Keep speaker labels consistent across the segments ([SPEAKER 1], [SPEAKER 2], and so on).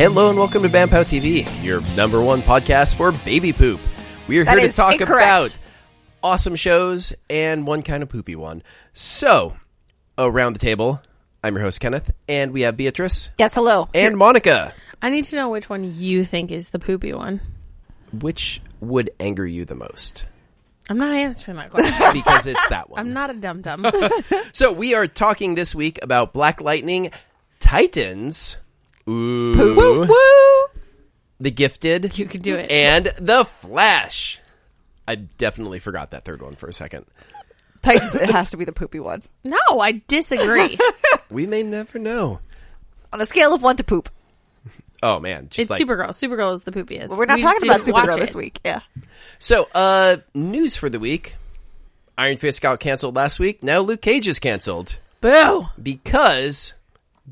[SPEAKER 1] Hello and welcome to Bampow TV, your number one podcast for baby poop. We are
[SPEAKER 2] That
[SPEAKER 1] here to
[SPEAKER 2] is
[SPEAKER 1] talk
[SPEAKER 2] incorrect.
[SPEAKER 1] about awesome shows and one kind of poopy one. So, around the table, I'm your host Kenneth, and we have Beatrice
[SPEAKER 2] Yes, hello.
[SPEAKER 1] and Monica.
[SPEAKER 3] I need to know which one you think is the poopy one.
[SPEAKER 1] Which would anger you the most?
[SPEAKER 3] I'm not answering that question.
[SPEAKER 1] Because it's that one.
[SPEAKER 3] I'm not a dum dum.
[SPEAKER 1] So we are talking this week about Black Lightning, Titans, ooh, The Gifted,
[SPEAKER 3] You could do it.
[SPEAKER 1] and The Flash. I definitely forgot that third one for a second.
[SPEAKER 2] Titans, it has to be the poopy one.
[SPEAKER 3] No, I disagree.
[SPEAKER 1] We may never know.
[SPEAKER 2] On a scale of one to poop.
[SPEAKER 1] Oh man, just
[SPEAKER 3] It's
[SPEAKER 1] like
[SPEAKER 3] Supergirl. Supergirl is the poopiest.
[SPEAKER 2] But we're not
[SPEAKER 3] We just
[SPEAKER 2] talking about
[SPEAKER 3] didn't watch
[SPEAKER 2] Supergirl
[SPEAKER 3] it.
[SPEAKER 2] this week. Yeah.
[SPEAKER 1] so. Uh, news for the week: Iron Fist got canceled last week. Now Luke Cage is canceled
[SPEAKER 3] Boo!
[SPEAKER 1] because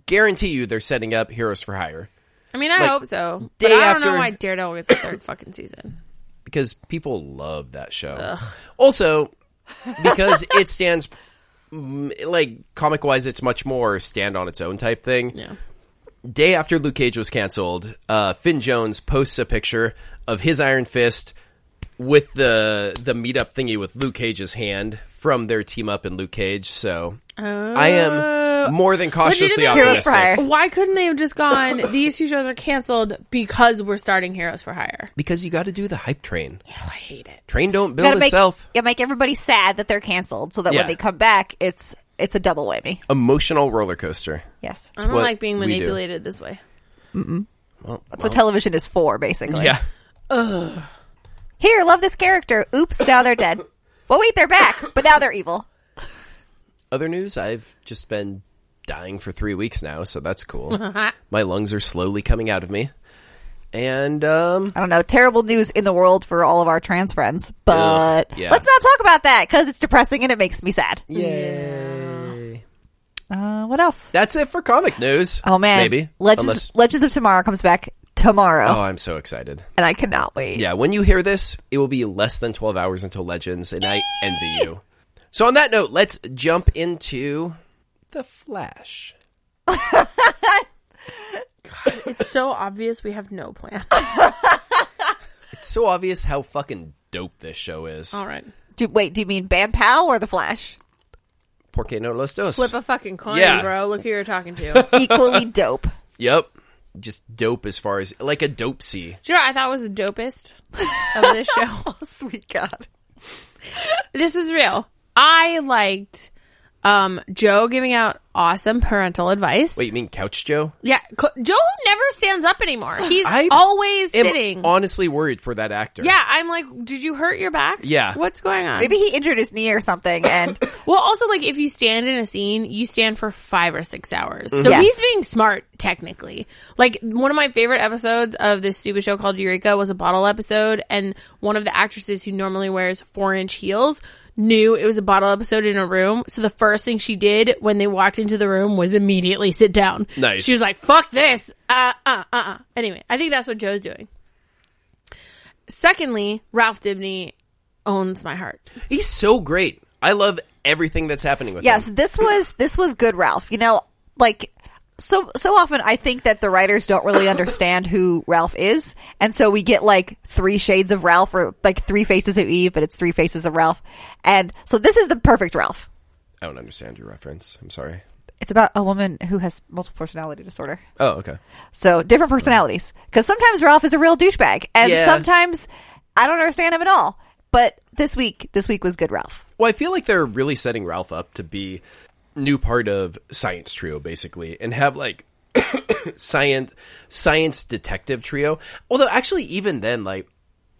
[SPEAKER 1] guarantee you they're setting up Heroes for Hire
[SPEAKER 3] I mean, I
[SPEAKER 1] Like,
[SPEAKER 3] hope so.
[SPEAKER 1] day
[SPEAKER 3] But I don't know
[SPEAKER 1] after-
[SPEAKER 3] why Daredevil gets a third fucking season.
[SPEAKER 1] because people love that show. Also, because it stands mm, like comic wise, it's much more stand on its own type thing.
[SPEAKER 3] Yeah.
[SPEAKER 1] Day after Luke Cage was canceled, uh, Finn Jones posts a picture of his Iron Fist with the the meetup thingy with Luke Cage's hand from their team up in Luke Cage. So I
[SPEAKER 2] Oh.
[SPEAKER 1] am more than cautiously
[SPEAKER 3] Legitimately- Heroes
[SPEAKER 2] for
[SPEAKER 1] optimistic
[SPEAKER 2] Hire.
[SPEAKER 3] Why couldn't they have just gone? These two shows are canceled because we're starting Heroes for Hire.
[SPEAKER 1] because you got to do the hype train.
[SPEAKER 3] Oh, I hate it.
[SPEAKER 1] Train don't build
[SPEAKER 2] Gotta make,
[SPEAKER 1] itself.
[SPEAKER 2] yeah, make everybody sad that they're canceled so that
[SPEAKER 1] Yeah.
[SPEAKER 2] when they come back, it's it's a double whammy.
[SPEAKER 1] Emotional roller coaster.
[SPEAKER 2] Yes.
[SPEAKER 3] I don't
[SPEAKER 1] what
[SPEAKER 3] like being
[SPEAKER 1] we do.
[SPEAKER 3] manipulated this way.
[SPEAKER 2] That's what television is for, basically.
[SPEAKER 1] Yeah.
[SPEAKER 2] Here, love this character. Oops, now they're dead. Well, wait, they're back, but now they're evil.
[SPEAKER 1] Other news, I've just been dying for three weeks now, so that's cool. My lungs are slowly coming out of me. And um
[SPEAKER 2] I don't know. Terrible news in the world for all of our trans friends, but
[SPEAKER 1] Ugh, yeah.
[SPEAKER 2] let's not talk about that because it's depressing and it makes me sad.
[SPEAKER 1] Yay.
[SPEAKER 2] Uh, what else?
[SPEAKER 1] That's it for comic news.
[SPEAKER 2] Oh man,
[SPEAKER 1] Maybe.
[SPEAKER 2] Legends
[SPEAKER 1] Unless-
[SPEAKER 2] Legends of Tomorrow comes back tomorrow,
[SPEAKER 1] Oh, I'm so excited.
[SPEAKER 2] and I cannot wait.
[SPEAKER 1] Yeah, when you hear this, it will be less than 12 hours until Legends, and I envy you. So, on that note, let's jump into The Flash.
[SPEAKER 3] It's so obvious we have no plan.
[SPEAKER 1] It's so obvious how fucking dope this show is.
[SPEAKER 3] All right.
[SPEAKER 2] Do, wait, do you mean Bam Pow or The Flash?
[SPEAKER 1] Por qué no los dos?
[SPEAKER 3] Flip a fucking coin,
[SPEAKER 1] Yeah.
[SPEAKER 3] bro. Look who you're talking to.
[SPEAKER 2] Equally dope.
[SPEAKER 1] Yep. Just dope as far as like a dope sea.
[SPEAKER 3] Do you know what I thought was the dopest of this show?
[SPEAKER 2] Oh sweet God!
[SPEAKER 3] this is real. I liked um, Joe giving out awesome parental advice.
[SPEAKER 1] Wait, you mean Couch Joe?
[SPEAKER 3] Yeah, co- Joe never stands up anymore. He's
[SPEAKER 1] I
[SPEAKER 3] always
[SPEAKER 1] am
[SPEAKER 3] sitting.
[SPEAKER 1] honestly worried for that actor.
[SPEAKER 3] yeah, I'm like, did you hurt your back?
[SPEAKER 1] Yeah.
[SPEAKER 3] What's going on?
[SPEAKER 2] Maybe he injured his knee or something, and
[SPEAKER 3] Well, also, like, if you stand in a scene, you stand for five or six hours. So
[SPEAKER 2] Yes.
[SPEAKER 3] he's being smart, technically. Like, one of my favorite episodes of this stupid show called Eureka was a bottle episode, and one of the actresses who normally wears four inch heels knew it was a bottle episode in a room. So the first thing she did when they walked into the room was immediately sit down.
[SPEAKER 1] Nice.
[SPEAKER 3] She was like, fuck this. Uh, uh, uh, uh. Anyway, I think that's what Joe's doing. Secondly, Ralph Dibney owns my heart.
[SPEAKER 1] He's so great. I love everything that's happening with
[SPEAKER 2] yes,
[SPEAKER 1] him.
[SPEAKER 2] this was this was good, Ralph. You know, like so so often, I think that the writers don't really understand who Ralph is, and so we get like three shades of Ralph or like three faces of Eve, but it's three faces of Ralph, and so this is the perfect Ralph.
[SPEAKER 1] I don't understand your reference. I'm sorry.
[SPEAKER 2] It's about a woman who has multiple personality disorder.
[SPEAKER 1] Oh, okay.
[SPEAKER 2] So different personalities. Because sometimes Ralph is a real douchebag, and
[SPEAKER 1] Yeah.
[SPEAKER 2] sometimes I don't understand him at all. But this week, this week was good, Ralph.
[SPEAKER 1] Well, I feel like they're really setting Ralph up to be new part of Science Trio, basically, and have like science science detective trio. Although, actually, even then, like,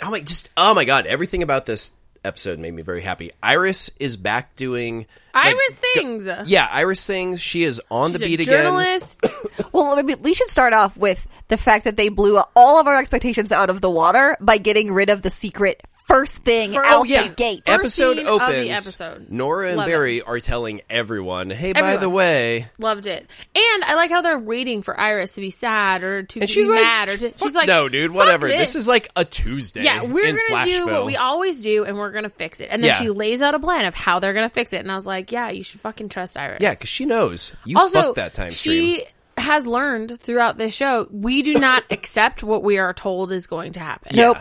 [SPEAKER 1] oh my, just oh my god, everything about this episode made me very happy. Iris is back doing like,
[SPEAKER 3] Iris things.
[SPEAKER 1] Yeah, Iris things. She is on the
[SPEAKER 3] She's a
[SPEAKER 1] beat again.
[SPEAKER 3] journalist.
[SPEAKER 2] Well, I mean, we should start off with the fact that they blew all of our expectations out of the water by getting rid of the secret first thing
[SPEAKER 3] First-
[SPEAKER 2] out
[SPEAKER 3] oh, yeah.
[SPEAKER 2] the gate.
[SPEAKER 3] First
[SPEAKER 1] episode
[SPEAKER 3] scene of the
[SPEAKER 1] opens.
[SPEAKER 3] episode.
[SPEAKER 1] Nora and
[SPEAKER 3] Love it.
[SPEAKER 1] Barry are telling everyone, "Hey, by
[SPEAKER 3] Everyone.
[SPEAKER 1] the way,
[SPEAKER 3] Loved it. And I like how they're waiting for Iris to be sad or to
[SPEAKER 1] and
[SPEAKER 3] be
[SPEAKER 1] she's like,
[SPEAKER 3] mad or to,
[SPEAKER 1] "Fuck
[SPEAKER 3] she's like,
[SPEAKER 1] no, dude,
[SPEAKER 3] "Fuck
[SPEAKER 1] whatever. This. is like a Tuesday.
[SPEAKER 3] yeah, we're
[SPEAKER 1] in
[SPEAKER 3] gonna do
[SPEAKER 1] Flashville."
[SPEAKER 3] what we always do, and we're gonna fix it. And then
[SPEAKER 1] Yeah.
[SPEAKER 3] she lays out a plan of how they're gonna fix it. And I was like, yeah, you should fucking trust Iris.
[SPEAKER 1] Yeah, because she knows you
[SPEAKER 3] also
[SPEAKER 1] fucked that time
[SPEAKER 3] she
[SPEAKER 1] stream.
[SPEAKER 3] had has learned throughout this show, we do not accept what we are told is going to happen.
[SPEAKER 1] Yeah.
[SPEAKER 2] Nope.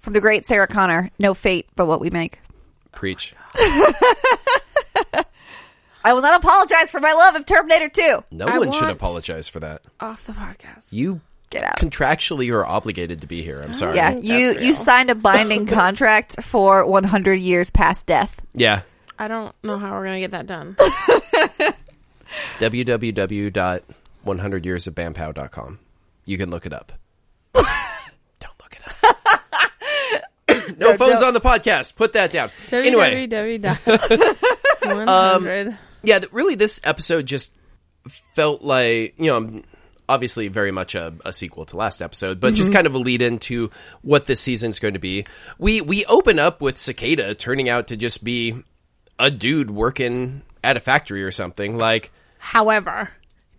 [SPEAKER 2] From the great Sarah Connor, no fate but what we make.
[SPEAKER 1] Preach.
[SPEAKER 2] I will not apologize for my love of Terminator 2.
[SPEAKER 1] No
[SPEAKER 3] I
[SPEAKER 1] one should
[SPEAKER 3] want-
[SPEAKER 1] apologize for that.
[SPEAKER 3] Off the podcast.
[SPEAKER 1] You
[SPEAKER 2] Get out.
[SPEAKER 1] Contractually, are obligated to be here. I'm sorry.
[SPEAKER 2] Yeah, you you signed a binding contract for 100 years past death.
[SPEAKER 1] Yeah.
[SPEAKER 3] I don't know how we're going to get that done.
[SPEAKER 1] www.100yearsofbampow.com. You can look it up. don't look it up. no, phones on the podcast. Put that down. Anyway, Um,
[SPEAKER 3] www.100.
[SPEAKER 1] yeah, th- really, this episode just felt like you know, obviously, very much a, a sequel to last episode, but just kind of a lead into what this season's going to be. We we open up with Cicada turning out to just be a dude working at a factory or something. Like
[SPEAKER 3] However,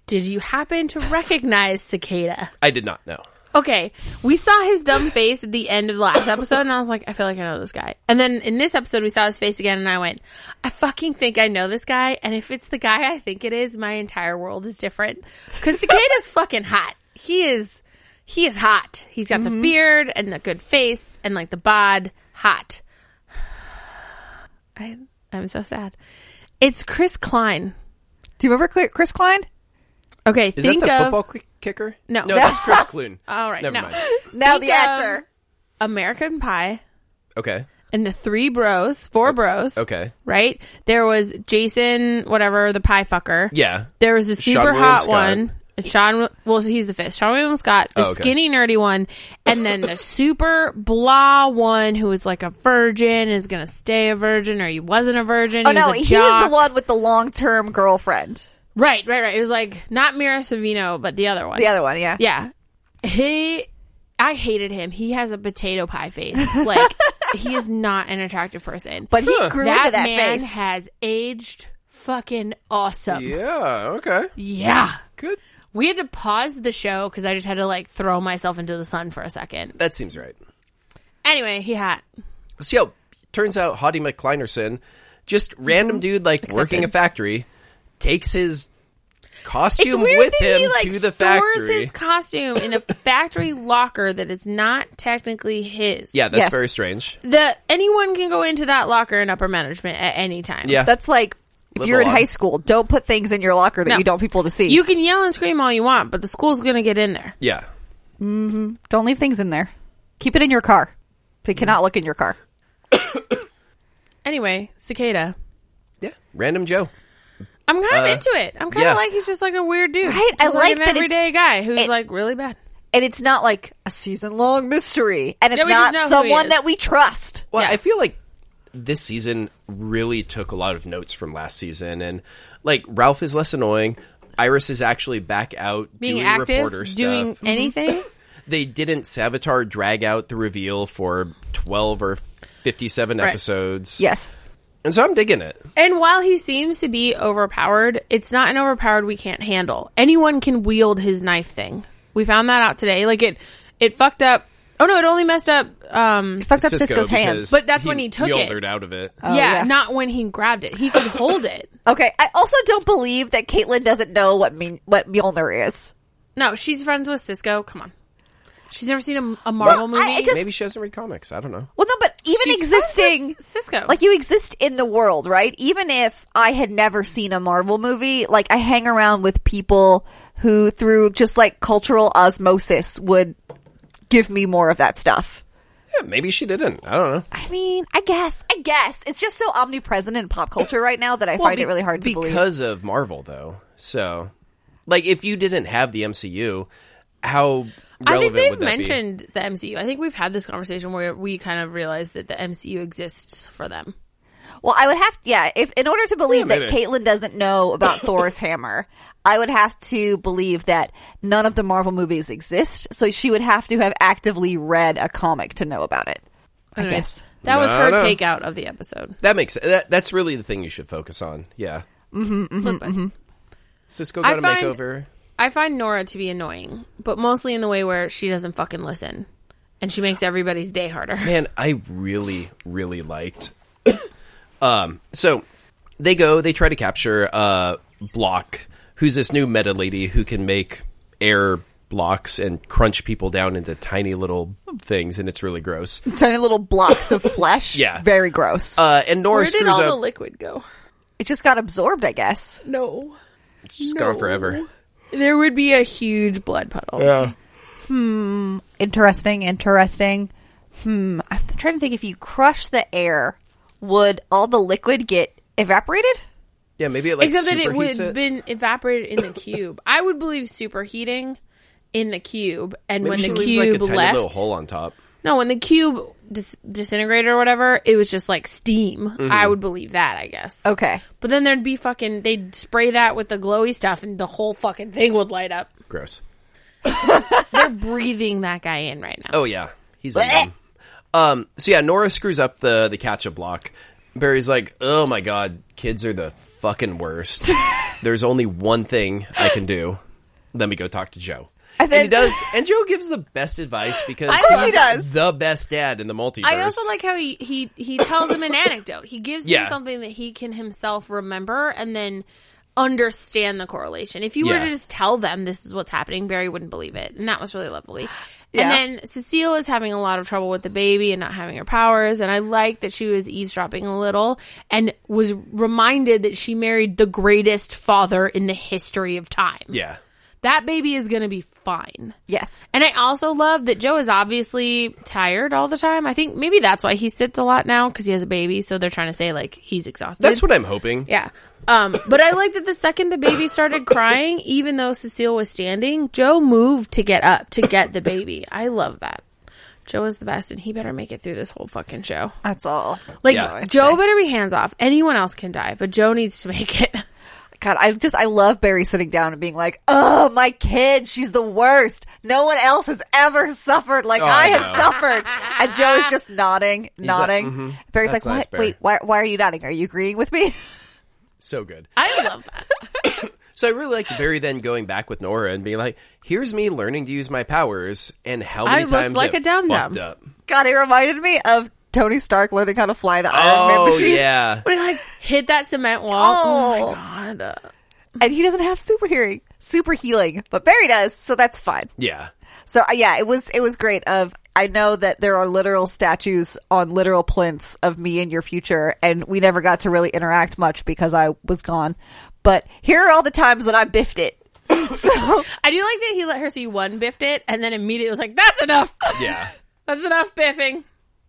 [SPEAKER 3] did you happen to recognize Cicada?
[SPEAKER 1] I did not know.
[SPEAKER 3] Okay, we saw his dumb face at the end of the last episode, and I was like, I feel like I know this guy. And then in this episode, we saw his face again, and I went, I fucking think I know this guy. And if it's the guy I think it is, my entire world is different. Because Cicada's fucking hot. He is, he is hot. He's got
[SPEAKER 1] Mm-hmm.
[SPEAKER 3] the beard and the good face and like the bod, hot. I, I'm so sad. It's Chris Klein.
[SPEAKER 2] Do you remember Cl- Chris Klein?
[SPEAKER 3] Okay,
[SPEAKER 1] Is
[SPEAKER 3] think
[SPEAKER 1] that the
[SPEAKER 3] of
[SPEAKER 1] football cri- kicker?
[SPEAKER 3] No.
[SPEAKER 1] no, that's Chris Clune.
[SPEAKER 3] All right,
[SPEAKER 1] never
[SPEAKER 3] no.
[SPEAKER 1] mind.
[SPEAKER 2] Now
[SPEAKER 3] Think
[SPEAKER 2] the actor.
[SPEAKER 3] of American Pie.
[SPEAKER 1] Okay,
[SPEAKER 3] and the three bros, four bros.
[SPEAKER 1] okay,
[SPEAKER 3] Right? There was Jason, whatever, the pie fucker.
[SPEAKER 1] yeah,
[SPEAKER 3] There was the
[SPEAKER 1] Sean
[SPEAKER 3] super
[SPEAKER 1] William
[SPEAKER 3] hot
[SPEAKER 1] Scott.
[SPEAKER 3] one. And Sean, well, he's the fifth. Sean William Scott, the
[SPEAKER 1] Oh, okay.
[SPEAKER 3] skinny, nerdy one. And then the super blah one who was like a virgin, is going to stay a virgin, or he wasn't a virgin.
[SPEAKER 2] Oh no,
[SPEAKER 3] was a
[SPEAKER 2] he was the
[SPEAKER 3] jock.
[SPEAKER 2] one with the long-term girlfriend.
[SPEAKER 3] Right, right, right. It was like not Mira Savino, but the other one.
[SPEAKER 2] The other one, yeah.
[SPEAKER 3] Yeah. He I hated him. He has a potato pie face. Like he is not an attractive person.
[SPEAKER 2] But he grew
[SPEAKER 3] that,
[SPEAKER 2] into that
[SPEAKER 3] man
[SPEAKER 2] face.
[SPEAKER 3] has aged fucking awesome. Yeah.
[SPEAKER 1] yeah, okay, good.
[SPEAKER 3] We had to pause the show cuz I just had to like throw myself into the sun for a second.
[SPEAKER 1] That seems right.
[SPEAKER 3] Anyway, he had
[SPEAKER 1] So, yo, turns out Hottie McClinerson, just
[SPEAKER 3] Mm-hmm.
[SPEAKER 1] random dude like working a factory, takes his
[SPEAKER 3] It's
[SPEAKER 1] costume
[SPEAKER 3] weird
[SPEAKER 1] with
[SPEAKER 3] that
[SPEAKER 1] him
[SPEAKER 3] he like
[SPEAKER 1] to the
[SPEAKER 3] stores
[SPEAKER 1] factory.
[SPEAKER 3] his costume in a factory locker that is not technically his.
[SPEAKER 1] yeah, that's
[SPEAKER 2] Yes.
[SPEAKER 1] very strange.
[SPEAKER 3] The anyone can go into that locker in upper management at any time.
[SPEAKER 1] Yeah,
[SPEAKER 2] That's like if
[SPEAKER 1] Live
[SPEAKER 2] you're in
[SPEAKER 1] along.
[SPEAKER 2] high school, don't put things in your locker that
[SPEAKER 3] No.
[SPEAKER 2] you don't want people to see.
[SPEAKER 3] You can yell and scream all you want, but the school's going to get in there.
[SPEAKER 1] yeah.
[SPEAKER 2] don't leave things in there. Keep it in your car. They cannot look in your car.
[SPEAKER 3] Anyway, Cicada.
[SPEAKER 1] Yeah, random Joe.
[SPEAKER 3] I'm kind of into it. I'm kind
[SPEAKER 1] Uh,
[SPEAKER 3] of
[SPEAKER 1] yeah.
[SPEAKER 3] like he's just like a weird dude.
[SPEAKER 2] Right?
[SPEAKER 3] Just
[SPEAKER 2] I like
[SPEAKER 3] an
[SPEAKER 2] that it's-
[SPEAKER 3] everyday guy who's
[SPEAKER 2] it-
[SPEAKER 3] like really bad.
[SPEAKER 2] And it's not like a season-long mystery, and it's
[SPEAKER 3] we
[SPEAKER 2] not
[SPEAKER 3] just know who he
[SPEAKER 2] someone
[SPEAKER 3] is.
[SPEAKER 2] that we trust.
[SPEAKER 1] Well,
[SPEAKER 3] Yeah.
[SPEAKER 1] I feel like this season really took a lot of notes from last season, and like Ralph is less annoying. Iris is actually back out
[SPEAKER 3] Being
[SPEAKER 1] doing reporter
[SPEAKER 3] active,
[SPEAKER 1] stuff. Mm-hmm.
[SPEAKER 3] doing anything.
[SPEAKER 1] they didn't Savitar drag out the reveal for 12 or 57
[SPEAKER 3] Right.
[SPEAKER 1] episodes.
[SPEAKER 2] Yes.
[SPEAKER 1] And so I'm digging it.
[SPEAKER 3] and while he seems to be overpowered, it's not an overpowered we can't handle. Anyone can wield his knife thing. We found that out today. Like it, it fucked up. Oh no, it only messed up. Um,
[SPEAKER 2] Fucked up Cisco's hands.
[SPEAKER 1] because
[SPEAKER 3] But that's when he took it. Uh,
[SPEAKER 1] yoldered out of it.
[SPEAKER 3] yeah,
[SPEAKER 2] Oh, yeah.
[SPEAKER 3] not when he grabbed it. He could hold it.
[SPEAKER 2] Okay. I also don't believe that Caitlyn doesn't know what mean what Mjolnir is.
[SPEAKER 3] No, she's friends with Cisco. Come on. She's never seen a, a Marvel
[SPEAKER 2] Well, I-
[SPEAKER 3] movie.
[SPEAKER 2] I just-
[SPEAKER 1] Maybe she doesn't read comics. I don't know.
[SPEAKER 2] Well, no, but even
[SPEAKER 3] She's
[SPEAKER 2] existing,
[SPEAKER 3] friends with Cisco.
[SPEAKER 2] like you exist in the world, right? Even if I had never seen a Marvel movie, like I hang around with people who, through just like cultural osmosis, would give me more of that stuff.
[SPEAKER 1] Yeah, maybe she didn't. I don't know.
[SPEAKER 2] I mean, I guess, I guess it's just so omnipresent in pop culture right now that I find it really hard to
[SPEAKER 1] because
[SPEAKER 2] believe.
[SPEAKER 1] of Marvel, though. So, like, if you didn't have the MCU, how relevant
[SPEAKER 3] I think
[SPEAKER 1] would
[SPEAKER 3] they've
[SPEAKER 1] that
[SPEAKER 3] mentioned the MCU. I think we've had this conversation where we kind of realized that the MCU exists for them.
[SPEAKER 2] Well, I would have, yeah, if in order to believe
[SPEAKER 1] Yeah, maybe.
[SPEAKER 2] that Caitlyn doesn't know about Thor's hammer, I would have to believe that none of the Marvel movies exist. So she would have to have actively read a comic to know about it. I
[SPEAKER 3] Anyways,
[SPEAKER 2] guess.
[SPEAKER 3] that was
[SPEAKER 1] No,
[SPEAKER 3] her
[SPEAKER 1] no.
[SPEAKER 3] takeout of the episode.
[SPEAKER 1] be? That makes that, that's really the thing you should focus on. Yeah,
[SPEAKER 3] Flip it.
[SPEAKER 1] Cisco
[SPEAKER 3] I
[SPEAKER 1] got a
[SPEAKER 3] find-
[SPEAKER 1] makeover.
[SPEAKER 3] I find Nora to be annoying, but mostly in the way where she doesn't fucking listen and she makes everybody's day harder.
[SPEAKER 1] Man, I really, really liked. um, so they go, they try to capture uh Block, who's this new meta lady who can make air blocks and crunch people down into tiny little things, and it's really gross.
[SPEAKER 2] Tiny little blocks of flesh.
[SPEAKER 1] Yeah.
[SPEAKER 2] Very gross.
[SPEAKER 1] Uh, and Nora
[SPEAKER 3] Where did
[SPEAKER 1] screws
[SPEAKER 3] all the
[SPEAKER 1] up.
[SPEAKER 3] liquid go?
[SPEAKER 2] it just got absorbed, I guess.
[SPEAKER 3] No.
[SPEAKER 1] it's just gone
[SPEAKER 3] No.
[SPEAKER 1] forever.
[SPEAKER 3] There would be a huge blood puddle.
[SPEAKER 1] Yeah.
[SPEAKER 2] Interesting, interesting. Hmm. I'm trying to think if you crush the air, would all the liquid get evaporated?
[SPEAKER 1] Yeah, maybe it like
[SPEAKER 3] Except that it would
[SPEAKER 1] superheats
[SPEAKER 3] have
[SPEAKER 1] it.
[SPEAKER 3] been evaporated in the cube. I would believe superheating in the cube, and
[SPEAKER 1] Maybe
[SPEAKER 3] when
[SPEAKER 1] she
[SPEAKER 3] the
[SPEAKER 1] leaves, like, a
[SPEAKER 3] cube
[SPEAKER 1] tiny little
[SPEAKER 3] left,
[SPEAKER 1] hole on top.
[SPEAKER 3] no, when the cube dis- disintegrated or whatever, it was just like steam. I would believe that, I guess.
[SPEAKER 2] Okay.
[SPEAKER 3] But then there'd be fucking. They'd spray that with the glowy stuff, and the whole fucking thing would light up.
[SPEAKER 1] Gross.
[SPEAKER 3] They're breathing that guy in right now.
[SPEAKER 1] Oh yeah, he's a man. um. So yeah, Nora screws up the the catch a block. Barry's like, oh my god, kids are the fucking worst. There's only one thing I can do. Let me go talk to Joe.
[SPEAKER 2] And
[SPEAKER 1] And,
[SPEAKER 2] then-
[SPEAKER 1] he does, and Joe gives the best advice because
[SPEAKER 2] I know he
[SPEAKER 1] he's
[SPEAKER 2] does.
[SPEAKER 1] the best dad in the multiverse.
[SPEAKER 3] I also like how he he he tells him an anecdote. He gives
[SPEAKER 1] Yeah.
[SPEAKER 3] him something that he can himself remember and then understand the correlation. If you were
[SPEAKER 1] Yeah.
[SPEAKER 3] to just tell them this is what's happening, Barry wouldn't believe it, and that was really lovely.
[SPEAKER 2] Yeah.
[SPEAKER 3] And then Cecile is having a lot of trouble with the baby and not having her powers, and I like that she was eavesdropping a little and was reminded that she married the greatest father in the history of time.
[SPEAKER 1] yeah,
[SPEAKER 3] That baby is going to be fine.
[SPEAKER 2] Yes.
[SPEAKER 3] And I also love that Joe is obviously tired all the time. I think maybe that's why he sits a lot now because he has a baby. So they're trying to say like he's exhausted.
[SPEAKER 1] that's what I'm hoping.
[SPEAKER 3] yeah. Um, but I like that the second the baby started crying, even though Cecile was standing, Joe moved to get up to get the baby. I love that. Joe is the best, and he better make it through this whole fucking show.
[SPEAKER 2] That's all.
[SPEAKER 3] Like
[SPEAKER 1] Yeah. I'd
[SPEAKER 3] Joe better be hands off. Anyone else can die, but Joe needs to make it.
[SPEAKER 2] God, I just I love Barry sitting down and being like, "Oh, my kid, she's the worst. No one else has ever suffered like
[SPEAKER 1] Oh,
[SPEAKER 2] I
[SPEAKER 1] I
[SPEAKER 2] have
[SPEAKER 1] know.
[SPEAKER 2] suffered." And Joe is just nodding, nodding.
[SPEAKER 1] like, mhm.
[SPEAKER 2] Barry's
[SPEAKER 1] That's
[SPEAKER 2] like,
[SPEAKER 1] nice,
[SPEAKER 2] "What?
[SPEAKER 1] Barry."
[SPEAKER 2] Wait, why, why are you nodding? Are you agreeing with me?"
[SPEAKER 1] So good.
[SPEAKER 3] I love that.
[SPEAKER 1] So I really like Barry then going back with Nora and being like, "Here's me learning to use my powers and how
[SPEAKER 3] I
[SPEAKER 1] many
[SPEAKER 3] looked
[SPEAKER 1] times
[SPEAKER 3] like
[SPEAKER 1] it
[SPEAKER 3] a dum-dum.
[SPEAKER 1] fucked up."
[SPEAKER 2] God, it reminded me of Tony Stark learning how to fly the Iron Man
[SPEAKER 1] Oh
[SPEAKER 2] machine,
[SPEAKER 1] yeah,
[SPEAKER 3] We like hit that cement wall.
[SPEAKER 2] Oh.
[SPEAKER 3] Oh, my god.
[SPEAKER 2] and he doesn't have super hearing, super healing, but Barry does, so that's fine.
[SPEAKER 1] yeah.
[SPEAKER 2] So uh, yeah, it was it was great. Of I know that there are literal statues on literal plinths of me in your future, and we never got to really interact much because I was gone. But here are all the times that I biffed it. so
[SPEAKER 3] I do like that he let her see one biffed it and then immediately was like, that's enough.
[SPEAKER 1] Yeah.
[SPEAKER 3] That's enough biffing.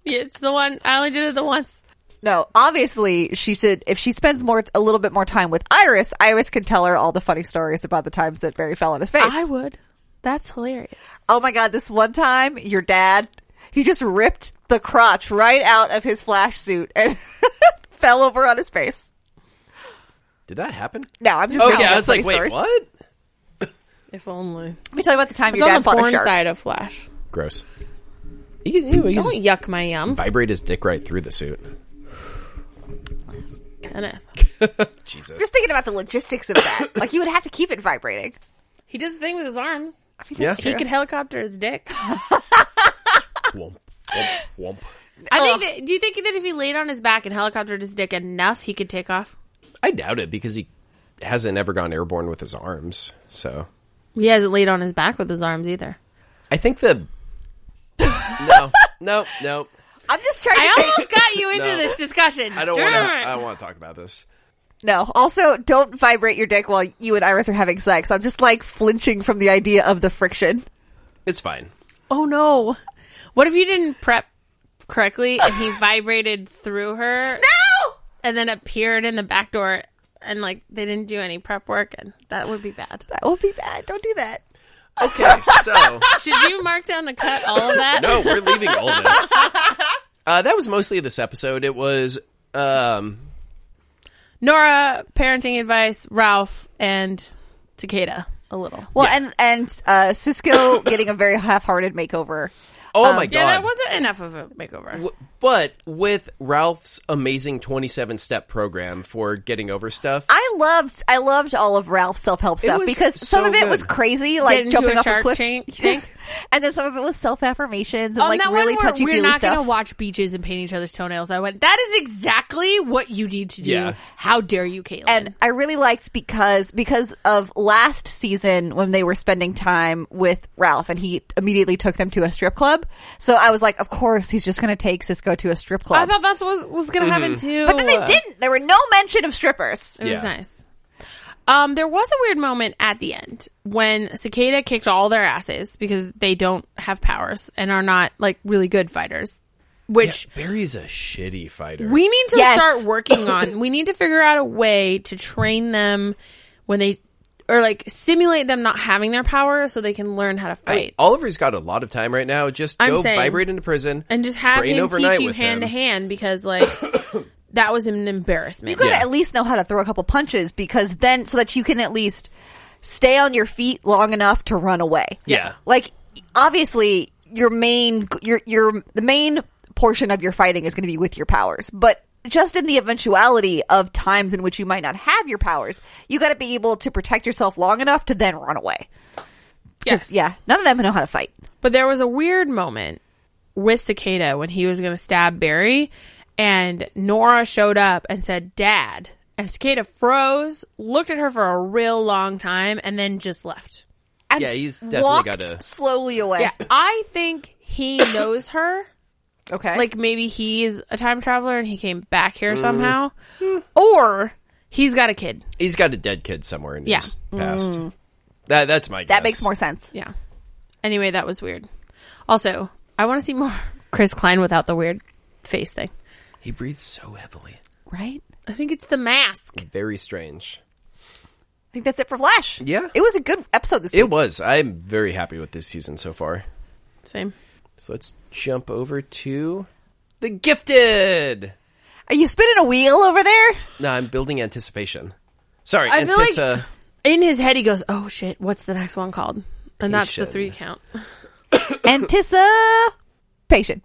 [SPEAKER 3] It's the one. I only did it the once.
[SPEAKER 2] no, obviously she should. If she spends more a little bit more time with Iris, Iris can tell her all the funny stories about the times that Barry fell on his face.
[SPEAKER 3] I would. That's hilarious.
[SPEAKER 2] oh my god, this one time your dad he just ripped the crotch right out of his flash suit and fell over on his face.
[SPEAKER 1] Did that happen?
[SPEAKER 2] No, I'm just
[SPEAKER 1] Oh
[SPEAKER 2] making
[SPEAKER 1] yeah,
[SPEAKER 2] up
[SPEAKER 1] I was like,
[SPEAKER 2] funny
[SPEAKER 1] wait,
[SPEAKER 2] stories.
[SPEAKER 1] what?
[SPEAKER 3] If only.
[SPEAKER 2] Let me tell you about the time
[SPEAKER 3] It's
[SPEAKER 2] your
[SPEAKER 3] on
[SPEAKER 2] dad
[SPEAKER 3] the
[SPEAKER 2] fought a
[SPEAKER 3] porn
[SPEAKER 2] shark.
[SPEAKER 3] side of Flash.
[SPEAKER 1] Gross. He, can- he, he
[SPEAKER 3] Don't
[SPEAKER 1] just
[SPEAKER 3] yuck my yum,
[SPEAKER 1] vibrate his dick right through the suit.
[SPEAKER 3] Kenneth.
[SPEAKER 1] Jesus.
[SPEAKER 2] Just thinking about the logistics of that, like you would have to keep it vibrating.
[SPEAKER 3] He does the thing with his arms.
[SPEAKER 2] I mean,
[SPEAKER 1] Yeah.
[SPEAKER 2] that's
[SPEAKER 3] He
[SPEAKER 2] true.
[SPEAKER 3] could helicopter his dick.
[SPEAKER 1] Womp, womp, womp.
[SPEAKER 3] I think. That, do you think that if he laid on his back and helicoptered his dick enough, he could take off?
[SPEAKER 1] I doubt it because he hasn't ever gone airborne with his arms. So
[SPEAKER 3] He hasn't laid on his back with his arms either.
[SPEAKER 1] I think the no, no, no.
[SPEAKER 2] I'm just trying to
[SPEAKER 3] I
[SPEAKER 2] think.
[SPEAKER 3] almost got you into
[SPEAKER 1] No.
[SPEAKER 3] this discussion.
[SPEAKER 1] I don't
[SPEAKER 3] Darn
[SPEAKER 1] want to.
[SPEAKER 3] it.
[SPEAKER 1] I don't want to talk about this.
[SPEAKER 2] No. Also, don't vibrate your dick while you and Iris are having sex. I'm just like flinching from the idea of the friction.
[SPEAKER 1] It's fine.
[SPEAKER 3] Oh no. What if you didn't prep correctly and he vibrated through her
[SPEAKER 2] No.
[SPEAKER 3] and then appeared in the back door and like they didn't do any prep work and that would be bad.
[SPEAKER 2] That would be bad. Don't do that.
[SPEAKER 1] Okay, so
[SPEAKER 3] Should you mark down to cut all of that?
[SPEAKER 1] no, we're leaving all this. Uh, that was mostly this episode. It was um,
[SPEAKER 3] Nora, parenting advice, Ralph and Takeda a little.
[SPEAKER 2] Well, and and uh, Cisco getting a very half-hearted makeover.
[SPEAKER 1] Oh my god!
[SPEAKER 3] Um, Yeah, that wasn't enough of a makeover.
[SPEAKER 1] W- but with Ralph's amazing 27 step program for getting over stuff,
[SPEAKER 2] I loved I loved all of Ralph's self help stuff
[SPEAKER 1] was
[SPEAKER 2] because some
[SPEAKER 1] so
[SPEAKER 2] of it was
[SPEAKER 1] good.
[SPEAKER 2] crazy, like
[SPEAKER 3] Get into
[SPEAKER 2] jumping
[SPEAKER 3] a
[SPEAKER 2] off a
[SPEAKER 3] shark
[SPEAKER 2] cliff.
[SPEAKER 3] tank- tank?
[SPEAKER 2] and then some of it was self affirmations and
[SPEAKER 3] On
[SPEAKER 2] like
[SPEAKER 3] that
[SPEAKER 2] really
[SPEAKER 3] one
[SPEAKER 2] touchy
[SPEAKER 3] where we're
[SPEAKER 2] feely
[SPEAKER 3] not
[SPEAKER 2] stuff.
[SPEAKER 3] gonna watch beaches and paint each other's toenails, I went. That is exactly what you need to do.
[SPEAKER 1] Yeah.
[SPEAKER 3] How dare you, Caitlin?
[SPEAKER 2] and I really liked because because of last season when they were spending time with Ralph and he immediately took them to a strip club. So I was like, of course he's just going to take Cisco to a strip club.
[SPEAKER 3] I thought that's what was, was gonna happen too.
[SPEAKER 2] but then they didn't. There were no mention of strippers.
[SPEAKER 3] It was
[SPEAKER 1] Mm-hmm. Yeah.
[SPEAKER 3] nice. Um, there was a weird moment at the end when Cicada kicked all their asses because they don't have powers and are not like really good fighters. Which
[SPEAKER 1] Barry's a shitty fighter.
[SPEAKER 3] we need to
[SPEAKER 2] Yes.
[SPEAKER 3] start working on. We need to figure out a way to train them when they or like simulate them not having their power so they can learn how to
[SPEAKER 1] I mean,
[SPEAKER 3] fight.
[SPEAKER 1] Oliver's got a lot of time right now. Just
[SPEAKER 3] I'm
[SPEAKER 1] go
[SPEAKER 3] saying-
[SPEAKER 1] vibrate into prison
[SPEAKER 3] and just have
[SPEAKER 1] train
[SPEAKER 3] him
[SPEAKER 1] overnight
[SPEAKER 3] teach you
[SPEAKER 1] with
[SPEAKER 3] hand to
[SPEAKER 1] him.
[SPEAKER 3] hand because like that was an embarrassment.
[SPEAKER 2] You gotta
[SPEAKER 1] Yeah.
[SPEAKER 2] at least know how to throw a couple punches because then, so that you can at least stay on your feet long enough to run away.
[SPEAKER 1] Yeah.
[SPEAKER 2] Like, obviously, your main, your, your, the main portion of your fighting is gonna be with your powers, but just in the eventuality of times in which you might not have your powers, you gotta be able to protect yourself long enough to then run away.
[SPEAKER 3] yes.
[SPEAKER 2] Yeah. None of them know how to fight.
[SPEAKER 3] But there was a weird moment with Cicada when he was going to stab Barry, and Nora showed up and said, Dad. And Cicada froze, looked at her for a real long time, and then just left.
[SPEAKER 2] And
[SPEAKER 1] Yeah, he's definitely
[SPEAKER 2] walked
[SPEAKER 1] gotta-
[SPEAKER 2] slowly away.
[SPEAKER 3] Yeah, I think he knows her.
[SPEAKER 2] Okay.
[SPEAKER 3] Like maybe he's a time traveler and he came back
[SPEAKER 1] Mm.
[SPEAKER 3] here somehow.
[SPEAKER 1] Hmm.
[SPEAKER 3] Or he's got a kid.
[SPEAKER 1] He's got a dead kid somewhere in
[SPEAKER 3] Yeah. Mm.
[SPEAKER 1] his past. That that's my guess.
[SPEAKER 2] that makes more sense.
[SPEAKER 3] Yeah. Anyway, that was weird. Also, I want to see more Chris Klein without the weird face thing.
[SPEAKER 1] He breathes so heavily.
[SPEAKER 2] Right?
[SPEAKER 3] I think it's the mask.
[SPEAKER 1] Very strange.
[SPEAKER 2] I think that's it for Flash.
[SPEAKER 1] Yeah.
[SPEAKER 2] It was a good episode this week.
[SPEAKER 1] It was. I'm very happy with this season so far.
[SPEAKER 3] Same.
[SPEAKER 1] So let's jump over to The Gifted.
[SPEAKER 2] Are you spinning a wheel over there?
[SPEAKER 1] No, I'm building anticipation. Sorry,
[SPEAKER 3] I feel like-
[SPEAKER 1] antissa.
[SPEAKER 3] in his head he goes, "Oh shit, what's the next one called?" And that's the
[SPEAKER 1] Patient.
[SPEAKER 3] three count.
[SPEAKER 2] Anticipation.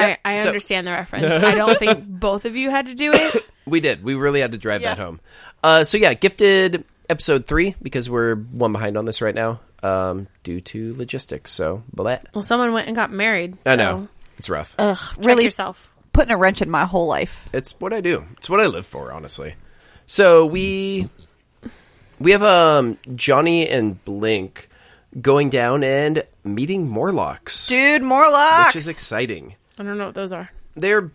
[SPEAKER 3] I, I
[SPEAKER 1] so-
[SPEAKER 3] understand the reference. I don't think both of you had to do it.
[SPEAKER 1] We did. We really had to drive that home. Uh, so yeah, gifted episode three because we're one behind on this right now um, due to logistics. So, but
[SPEAKER 3] Well, someone went and got married.
[SPEAKER 1] I
[SPEAKER 3] so
[SPEAKER 1] know it's rough.
[SPEAKER 3] Check
[SPEAKER 2] Really
[SPEAKER 3] yourself.
[SPEAKER 2] putting a wrench in my whole life.
[SPEAKER 1] It's what I do. It's what I live for, honestly. So we we have um Johnny and Blink going down and meeting Morlocks,
[SPEAKER 2] Dude, Morlocks.
[SPEAKER 1] which is exciting.
[SPEAKER 3] I don't know what those are.
[SPEAKER 1] They're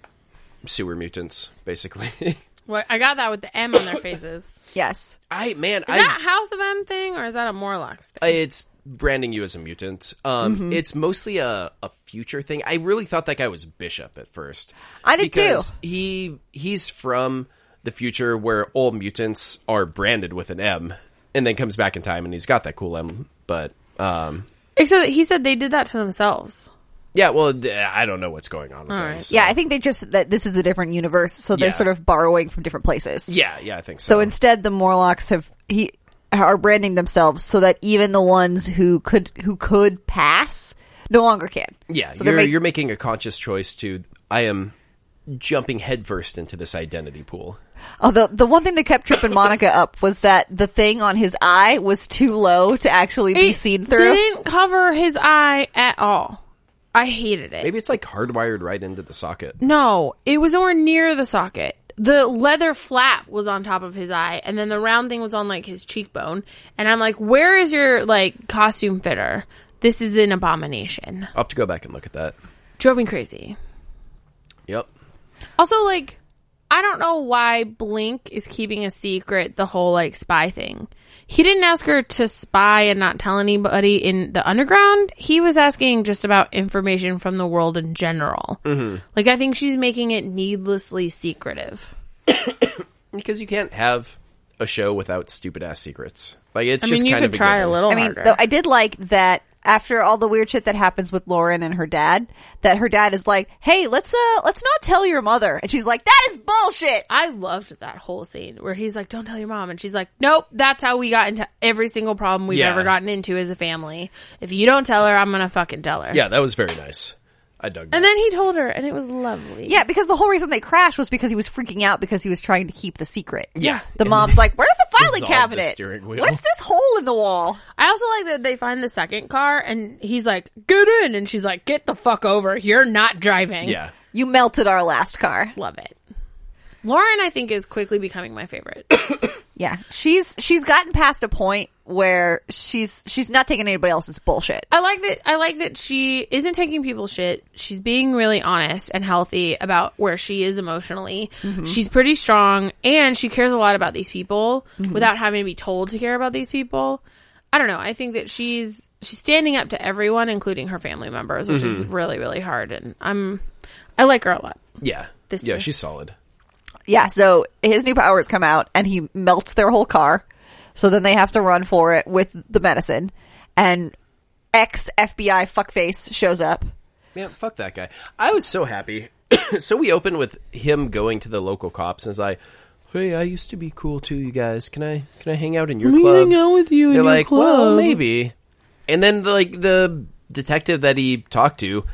[SPEAKER 1] sewer mutants, basically.
[SPEAKER 3] Well, I got that with the M on their faces. Is
[SPEAKER 2] yes.
[SPEAKER 1] I man, I
[SPEAKER 3] that House of M thing or is that a Morlocks thing?
[SPEAKER 1] it's branding you as a mutant. Um,
[SPEAKER 2] Mm-hmm.
[SPEAKER 1] It's mostly a, a future thing. I really thought that guy was Bishop at first.
[SPEAKER 2] I did too.
[SPEAKER 1] because He he's from the future where all mutants are branded with an M, and then comes back in time and he's got that cool M. But um,
[SPEAKER 3] Except that he said they did that to themselves.
[SPEAKER 1] yeah, well, th- I don't know what's going on with him.
[SPEAKER 3] right.
[SPEAKER 1] so-
[SPEAKER 2] Yeah, I think they just that this is a different universe, so they're
[SPEAKER 1] Yeah.
[SPEAKER 2] sort of borrowing from different places.
[SPEAKER 1] yeah, yeah, I think so.
[SPEAKER 2] So instead, the Morlocks have he are branding themselves so that even the ones who could who could pass no longer can.
[SPEAKER 1] yeah,
[SPEAKER 2] so they're
[SPEAKER 1] you're
[SPEAKER 2] make-
[SPEAKER 1] you're making a conscious choice to I am jumping headfirst into this identity pool.
[SPEAKER 2] Although the one thing that kept tripping Monica up was that the thing on his eye was too low to actually be
[SPEAKER 3] It
[SPEAKER 2] seen through.
[SPEAKER 3] didn't cover his eye at all. I hated it.
[SPEAKER 1] Maybe it's like hardwired right into the socket.
[SPEAKER 3] No, it was nowhere near the socket. The leather flap was on top of his eye, and then the round thing was on like his cheekbone. And I'm like, where is your like costume fitter? This is an abomination.
[SPEAKER 1] I'll have to go back and look at that.
[SPEAKER 3] Drove me crazy.
[SPEAKER 1] Yep.
[SPEAKER 3] Also, like, I don't know why Blink is keeping a secret the whole like spy thing. He didn't ask her to spy and not tell anybody in the underground. He was asking just about information from the world in general. Mm-hmm. Like, I think she's making it needlessly secretive.
[SPEAKER 1] because you can't have a show without stupid ass secrets. Like it's
[SPEAKER 3] I
[SPEAKER 1] just
[SPEAKER 3] mean, you
[SPEAKER 1] kind
[SPEAKER 3] could
[SPEAKER 1] of
[SPEAKER 3] try
[SPEAKER 1] given.
[SPEAKER 3] a little
[SPEAKER 2] I mean,
[SPEAKER 3] harder.
[SPEAKER 2] though I did like that after all the weird shit that happens with Lauren and her dad, that her dad is like, "Hey, let's uh, let's not tell your mother," and she's like, "That is bullshit."
[SPEAKER 3] I loved that whole scene where he's like, "Don't tell your mom," and she's like, "Nope." That's how we got into every single problem we've
[SPEAKER 1] Yeah.
[SPEAKER 3] ever gotten into as a family. If you don't tell her, I'm gonna fucking tell her.
[SPEAKER 1] Yeah, that was very nice. I dug that.
[SPEAKER 3] And then he told her, and it was lovely.
[SPEAKER 2] Yeah, because the whole reason they crashed was because he was freaking out because he was trying to keep the secret.
[SPEAKER 1] Yeah.
[SPEAKER 2] The
[SPEAKER 1] And
[SPEAKER 2] mom's
[SPEAKER 1] they
[SPEAKER 2] like, "Where's the filing
[SPEAKER 1] dissolved the
[SPEAKER 2] cabinet?
[SPEAKER 1] steering wheel."
[SPEAKER 2] What's this hole in the wall?"
[SPEAKER 3] I also like that they find the second car, and he's like, "Get in," and she's like, "Get the fuck over! You're not driving."
[SPEAKER 1] yeah.
[SPEAKER 2] You melted our last car.
[SPEAKER 3] love it. Lauren, I think, is quickly becoming my favorite.
[SPEAKER 2] Yeah. She's she's gotten past a point where she's she's not taking anybody else's bullshit.
[SPEAKER 3] I like that. I like that she isn't taking people's shit. She's being really honest and healthy about where she is emotionally. She's pretty strong, and she cares a lot about these people without having to be told to care about these people. I don't know. I think that she's she's standing up to everyone, including her family members, which is really really hard. And I'm I like her a lot.
[SPEAKER 1] Yeah.
[SPEAKER 3] This
[SPEAKER 1] yeah,
[SPEAKER 3] year.
[SPEAKER 1] she's solid.
[SPEAKER 2] Yeah, so his new powers come out and he melts their whole car. So then they have to run for it with the medicine. And ex FBI fuckface shows up.
[SPEAKER 1] Man, fuck that guy. I was so happy. so we open with him going to the local cops and is like, "Hey, I used to be cool too, you guys. Can I can I hang out in your club?"
[SPEAKER 3] hang out with you in
[SPEAKER 1] They're
[SPEAKER 3] your
[SPEAKER 1] like, "Well,
[SPEAKER 3] club."
[SPEAKER 1] maybe." And then like the detective that he talked to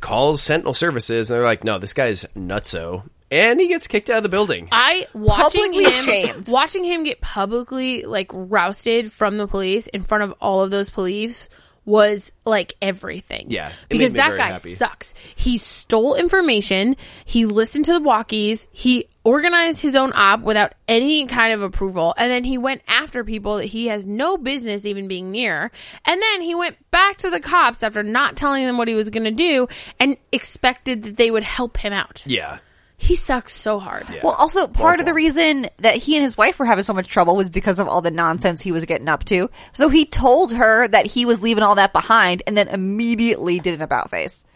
[SPEAKER 1] calls Sentinel Services and they're like, "No, this guy's nutso." And he gets kicked out of the building.
[SPEAKER 3] I watching
[SPEAKER 2] Publicly
[SPEAKER 3] him
[SPEAKER 2] ashamed.
[SPEAKER 3] watching him get publicly like rousted from the police in front of all of those police was like everything.
[SPEAKER 1] Yeah, it made
[SPEAKER 3] because
[SPEAKER 1] me
[SPEAKER 3] that
[SPEAKER 1] very
[SPEAKER 3] guy
[SPEAKER 1] happy.
[SPEAKER 3] sucks. He stole information. He listened to the walkies. He organized his own op without any kind of approval, and then he went after people that he has no business even being near. And then he went back to the cops after not telling them what he was going to do, and expected that they would help him out.
[SPEAKER 1] yeah.
[SPEAKER 3] He sucks so hard.
[SPEAKER 1] Yeah.
[SPEAKER 2] Well, also part of the
[SPEAKER 1] Awful.
[SPEAKER 2] reason that he and his wife were having so much trouble was because of all the nonsense he was getting up to. So he told her that he was leaving all that behind and then immediately did an about face.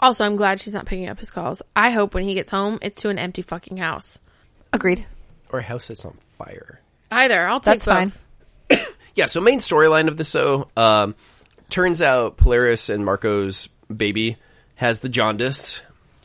[SPEAKER 3] Also, I'm glad she's not picking up his calls. I hope when he gets home, it's to an empty fucking house.
[SPEAKER 2] Agreed.
[SPEAKER 1] Or a house that's on fire.
[SPEAKER 3] Either I'll take
[SPEAKER 2] That's
[SPEAKER 3] both.
[SPEAKER 2] fine.
[SPEAKER 1] yeah, so main storyline of the show. Um, turns out Polaris and Marco's baby has the jaundice,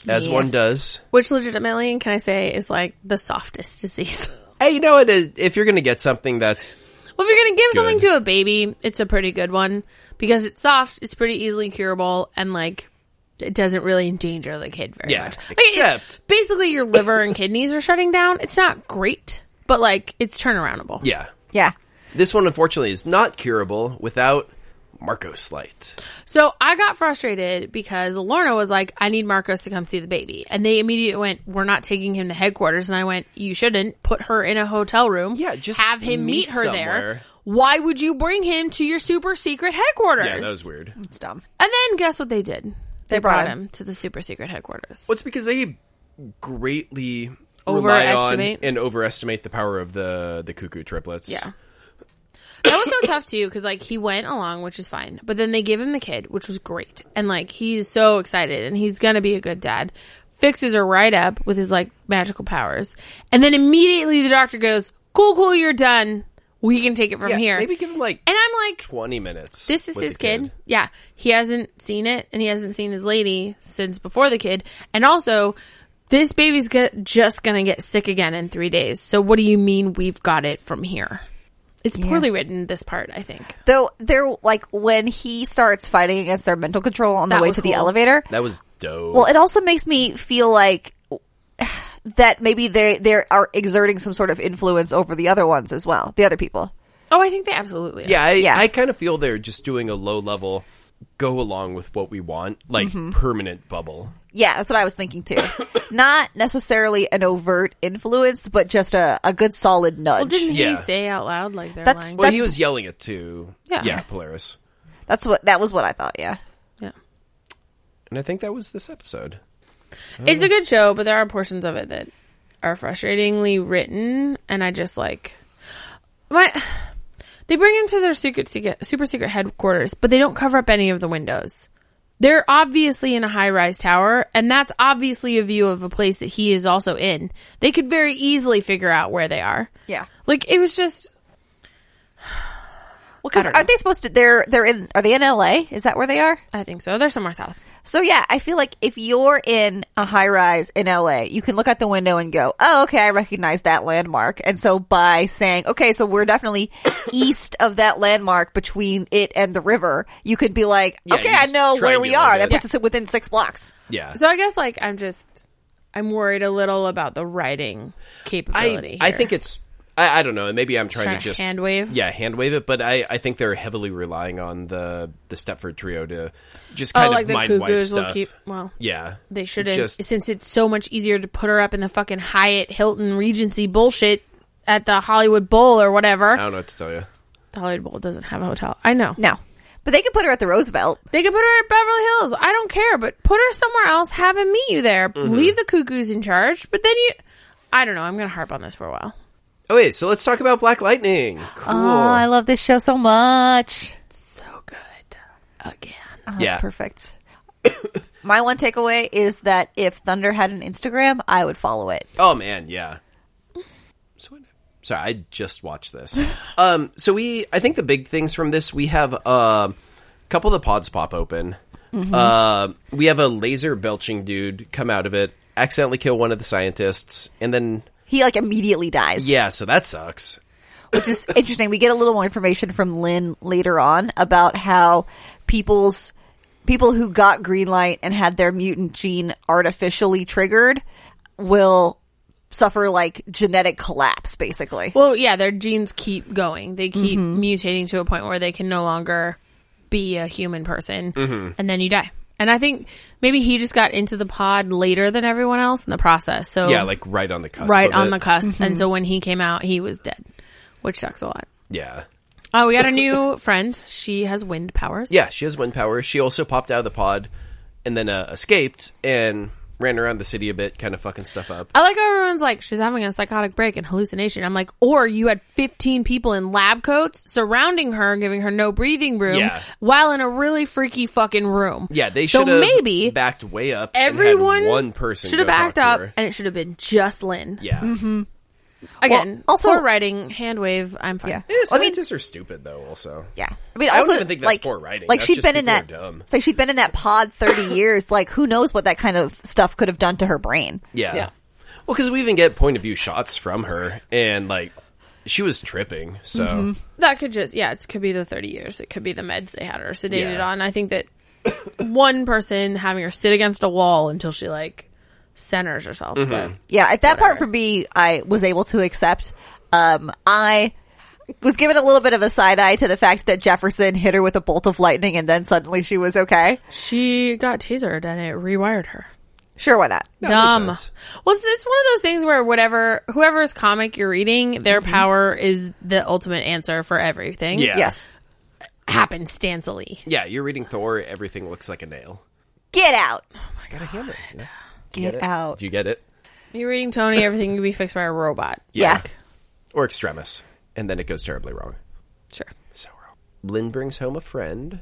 [SPEAKER 1] as
[SPEAKER 2] Yeah.
[SPEAKER 1] one does.
[SPEAKER 3] Which legitimately, can I say, is like the softest disease.
[SPEAKER 1] Hey, you know what? Uh, If you're going to get something that's
[SPEAKER 3] well, if you're gonna give something
[SPEAKER 1] Good.
[SPEAKER 3] to a baby, it's a pretty good one because it's soft, it's pretty easily curable, and like it doesn't really endanger the kid very
[SPEAKER 1] Yeah,
[SPEAKER 3] much. Like, it-
[SPEAKER 1] except-
[SPEAKER 3] basically your liver and kidneys are shutting down. It's not great, but like it's turnaroundable.
[SPEAKER 1] yeah,
[SPEAKER 2] Yeah.
[SPEAKER 1] this one unfortunately is not curable without Marco's light.
[SPEAKER 3] So I got frustrated because Lorna was like, I need Marcos to come see the baby. And they immediately went, We're not taking him to headquarters. And I went, You shouldn't. Put her in a hotel room.
[SPEAKER 1] Yeah, just
[SPEAKER 3] have him meet,
[SPEAKER 1] meet
[SPEAKER 3] her
[SPEAKER 1] somewhere."
[SPEAKER 3] there. Why would you bring him to your super secret headquarters?
[SPEAKER 1] weird.
[SPEAKER 2] It's dumb.
[SPEAKER 3] And then guess what they did? They,
[SPEAKER 2] brought
[SPEAKER 3] brought,
[SPEAKER 2] him.
[SPEAKER 3] him to the super secret headquarters.
[SPEAKER 1] Well, it's because they greatly
[SPEAKER 3] Overestimate.
[SPEAKER 1] rely on and overestimate the power of the the cuckoo triplets.
[SPEAKER 3] Yeah. That was so tough too, because like he went along, which is fine. But then they give him the kid, which was great, and like he's so excited, and he's gonna be a good dad. Fixes her right up with his like magical powers, and then immediately the doctor goes, "Cool, cool, you're done. We can take it from
[SPEAKER 1] Yeah,
[SPEAKER 3] here."
[SPEAKER 1] Maybe give him like
[SPEAKER 3] and I'm like,
[SPEAKER 1] twenty minutes.
[SPEAKER 3] "This is
[SPEAKER 1] with
[SPEAKER 3] his
[SPEAKER 1] the
[SPEAKER 3] kid. Yeah, he hasn't seen it, and he hasn't seen his lady since before the kid, and also." This baby's go- just gonna get sick again in three days. So what do you mean we've got it from here? It's poorly written. This part, I think.
[SPEAKER 2] Though they're like when he starts fighting against their mental control on the
[SPEAKER 3] That
[SPEAKER 2] way
[SPEAKER 3] was
[SPEAKER 2] to the
[SPEAKER 3] cool.
[SPEAKER 2] elevator.
[SPEAKER 1] That was dope.
[SPEAKER 2] Well, it also makes me feel like that maybe they they are exerting some sort of influence over the other ones as well, the other people.
[SPEAKER 3] Oh, I think they absolutely. Are.
[SPEAKER 1] Yeah, I,
[SPEAKER 2] Yeah.
[SPEAKER 1] I kind of feel they're just doing a low level go along with what we want, like
[SPEAKER 3] Mm-hmm.
[SPEAKER 1] permanent bubble.
[SPEAKER 2] Yeah, that's what I was thinking too. Not necessarily an overt influence, but just a, a good solid
[SPEAKER 3] Well,
[SPEAKER 2] nudge.
[SPEAKER 3] didn't he
[SPEAKER 1] Yeah.
[SPEAKER 3] say out loud like they're
[SPEAKER 2] That's-
[SPEAKER 3] lying?
[SPEAKER 1] Well, he
[SPEAKER 2] That's-
[SPEAKER 1] was yelling it to
[SPEAKER 3] Yeah.
[SPEAKER 1] Polaris,
[SPEAKER 2] that's what that was what I thought. Yeah,
[SPEAKER 3] yeah.
[SPEAKER 1] and I think that was this episode.
[SPEAKER 3] It's a good show, but there are portions of it that are frustratingly written, and I just like my. They bring him to their secret, secret, super secret headquarters, but they don't cover up any of the windows. They're obviously in a high rise tower, and that's obviously a view of a place that he is also in. They could very easily figure out where they are.
[SPEAKER 2] yeah.
[SPEAKER 3] Like, it was just.
[SPEAKER 2] Well, because
[SPEAKER 3] don't know.
[SPEAKER 2] aren't they supposed to? They're they're in. Are they in L.A.? Is that where they are?
[SPEAKER 3] I think so. They're somewhere south.
[SPEAKER 2] So yeah, I feel like if you're in a high rise in LA, you can look out the window and go, "Oh, okay, I recognize that landmark." And so by saying, "Okay, so we're definitely east of that landmark between it and the river," you could be like,
[SPEAKER 1] Yeah,
[SPEAKER 2] "Okay,
[SPEAKER 1] you
[SPEAKER 2] I
[SPEAKER 1] just
[SPEAKER 2] know where we
[SPEAKER 1] triangulate
[SPEAKER 2] are."
[SPEAKER 1] it.
[SPEAKER 2] That puts us within 6 blocks.
[SPEAKER 1] Yeah.
[SPEAKER 3] So I guess like I'm just I'm worried a little about the writing capability.
[SPEAKER 1] I, I
[SPEAKER 3] here.
[SPEAKER 1] think it's I, I don't know, and maybe I'm trying,
[SPEAKER 3] trying
[SPEAKER 1] to just
[SPEAKER 3] hand wave.
[SPEAKER 1] yeah, hand wave it, but I, I think they're heavily relying on the the Stepford trio to just
[SPEAKER 3] Oh,
[SPEAKER 1] kind
[SPEAKER 3] like
[SPEAKER 1] of
[SPEAKER 3] the
[SPEAKER 1] mind wipe
[SPEAKER 3] Cougars will
[SPEAKER 1] stuff.
[SPEAKER 3] keep. Well,
[SPEAKER 1] yeah.
[SPEAKER 3] they shouldn't.
[SPEAKER 1] Just-
[SPEAKER 3] since it's so much easier to put her up in the fucking Hyatt Hilton Regency bullshit at the Hollywood Bowl or whatever.
[SPEAKER 1] I don't know what to tell you.
[SPEAKER 3] The Hollywood Bowl doesn't have a hotel. I know.
[SPEAKER 2] No. But they can put her at the Roosevelt.
[SPEAKER 3] They could put her at Beverly Hills. I don't care, but put her somewhere else. Have him meet you there. Leave the Cuckoos in charge. But then you, I don't know. I'm gonna harp on this for a while.
[SPEAKER 1] Okay, Oh, so let's talk about Black Lightning. Cool.
[SPEAKER 2] Ah,
[SPEAKER 3] Ah,
[SPEAKER 2] love this show so much.
[SPEAKER 3] So good again.
[SPEAKER 1] yeah.
[SPEAKER 2] Ah, Perfect. My one takeaway is that if Thunder had an Instagram, I would follow it.
[SPEAKER 1] Oh man, yeah. So what- sorry, I just watched this. Um, so we, I think the big things from this, we have uh, a couple of the pods pop open.
[SPEAKER 3] Mm-hmm.
[SPEAKER 1] Uh, we have a laser belching dude come out of it, accidentally kill one of the scientists, and then
[SPEAKER 2] He like immediately dies.
[SPEAKER 1] yeah, so that sucks.
[SPEAKER 2] which is interesting. We get a little more information from Lynn later on about how people's people who got green light and had their mutant gene artificially triggered will suffer like genetic collapse basically.
[SPEAKER 3] Well, yeah, their genes keep going. They keep mutating to a point where they can no longer be a human person,
[SPEAKER 1] Mm-hmm.
[SPEAKER 3] and then you die. And I think maybe he just got into the pod later than everyone else in the process. So
[SPEAKER 1] Yeah, like right on the cusp.
[SPEAKER 3] Oh. right
[SPEAKER 1] of
[SPEAKER 3] on
[SPEAKER 1] it.
[SPEAKER 3] the cusp. And so when he came out, he was dead, which sucks a lot.
[SPEAKER 1] Yeah,
[SPEAKER 3] Oh, we got a new friend. She has wind powers.
[SPEAKER 1] yeah. She has wind power. She also popped out of the pod, and then uh, escaped and ran around the city a bit, kind of fucking stuff up.
[SPEAKER 3] I like how everyone's like, she's having a psychotic break and hallucination. I'm like, or you had 15 people in lab coats surrounding her, giving her no breathing room
[SPEAKER 1] Yeah.
[SPEAKER 3] while in a really freaky fucking room.
[SPEAKER 1] Yeah, they
[SPEAKER 3] So
[SPEAKER 1] should have
[SPEAKER 3] maybe
[SPEAKER 1] backed way up. and had
[SPEAKER 3] Everyone
[SPEAKER 1] one person
[SPEAKER 3] should have
[SPEAKER 1] go talk
[SPEAKER 3] backed
[SPEAKER 1] to
[SPEAKER 3] up
[SPEAKER 1] her.
[SPEAKER 3] and it should have been just Lynn.
[SPEAKER 1] Yeah.
[SPEAKER 3] Again,
[SPEAKER 2] Well, also-
[SPEAKER 3] also writing, hand wave, I'm fine.
[SPEAKER 2] Yeah.
[SPEAKER 1] Yeah,
[SPEAKER 2] I mean-
[SPEAKER 1] scientists are stupid though. Also,
[SPEAKER 2] Yeah, I mean,
[SPEAKER 1] I don't
[SPEAKER 2] also,
[SPEAKER 1] even think that's
[SPEAKER 2] like,
[SPEAKER 1] poor writing.
[SPEAKER 2] Like
[SPEAKER 1] That's
[SPEAKER 2] she'd
[SPEAKER 1] just
[SPEAKER 2] been in
[SPEAKER 1] people
[SPEAKER 2] that.
[SPEAKER 1] are dumb.
[SPEAKER 2] It's like she'd been in that pod thirty years. Like who knows what that kind of stuff could have done to her brain?
[SPEAKER 1] yeah.
[SPEAKER 3] Yeah.
[SPEAKER 1] Well, because we even get point of view shots from her, and like she was tripping. So
[SPEAKER 3] that could just yeah it could be the 30 years it could be the meds they had her sedated
[SPEAKER 1] Yeah.
[SPEAKER 3] on i think that one person having her sit against a wall until she like centers herself
[SPEAKER 1] Mm-hmm.
[SPEAKER 3] but
[SPEAKER 2] Yeah, at that part for me, I was able to accept. Um, I was given a little bit of a side eye to the fact that Jefferson hit her with a bolt of lightning and then suddenly she was okay.
[SPEAKER 3] she got tasered and it rewired her
[SPEAKER 2] Sure, why not?
[SPEAKER 1] that makes
[SPEAKER 3] dumb well it's,
[SPEAKER 1] sense.
[SPEAKER 3] it's one of those things where whatever whoever's comic you're reading their power is the ultimate answer for everything
[SPEAKER 1] Mm-hmm. yeah,
[SPEAKER 2] Yes.
[SPEAKER 3] happenstancely
[SPEAKER 1] yeah. You're reading Thor. Everything looks like a nail.
[SPEAKER 2] Get out.
[SPEAKER 1] It's got a hammer. Yeah.
[SPEAKER 2] Get, out.
[SPEAKER 1] Do you get it?
[SPEAKER 3] you're reading tony everything can be fixed by a robot
[SPEAKER 2] yeah.
[SPEAKER 1] Or extremis, and then it goes terribly wrong.
[SPEAKER 3] sure
[SPEAKER 1] So wrong. Lynn brings home a friend,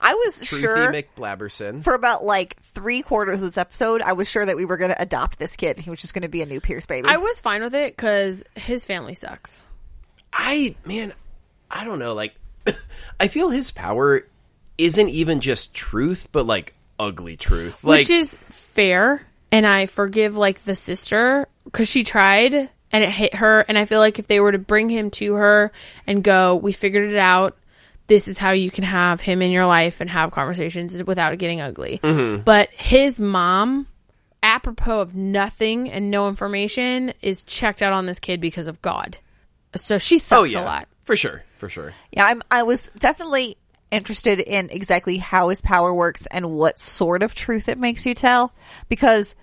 [SPEAKER 2] I was
[SPEAKER 1] Truthy
[SPEAKER 2] sure
[SPEAKER 1] McBlaberson.
[SPEAKER 2] for about like three quarters of this episode, I was sure that we were going to adopt this kid. He was just going to be a new Pierce baby.
[SPEAKER 3] i was fine with it because his family sucks
[SPEAKER 1] I man, I don't know. Like, I feel his power isn't even just truth, but like ugly truth. Like,
[SPEAKER 3] which is fair and i forgive like the sister because she tried and it hit her and i feel like if they were to bring him to her and go we figured it out this is how you can have him in your life and have conversations without it getting ugly
[SPEAKER 1] Mm-hmm.
[SPEAKER 3] but his mom apropos of nothing and no information is checked out on this kid because of god so she sucks
[SPEAKER 1] oh yeah,
[SPEAKER 3] a lot
[SPEAKER 1] for sure, for sure.
[SPEAKER 2] Yeah, I'm, I was definitely interested in exactly how his power works and what sort of truth it makes you tell because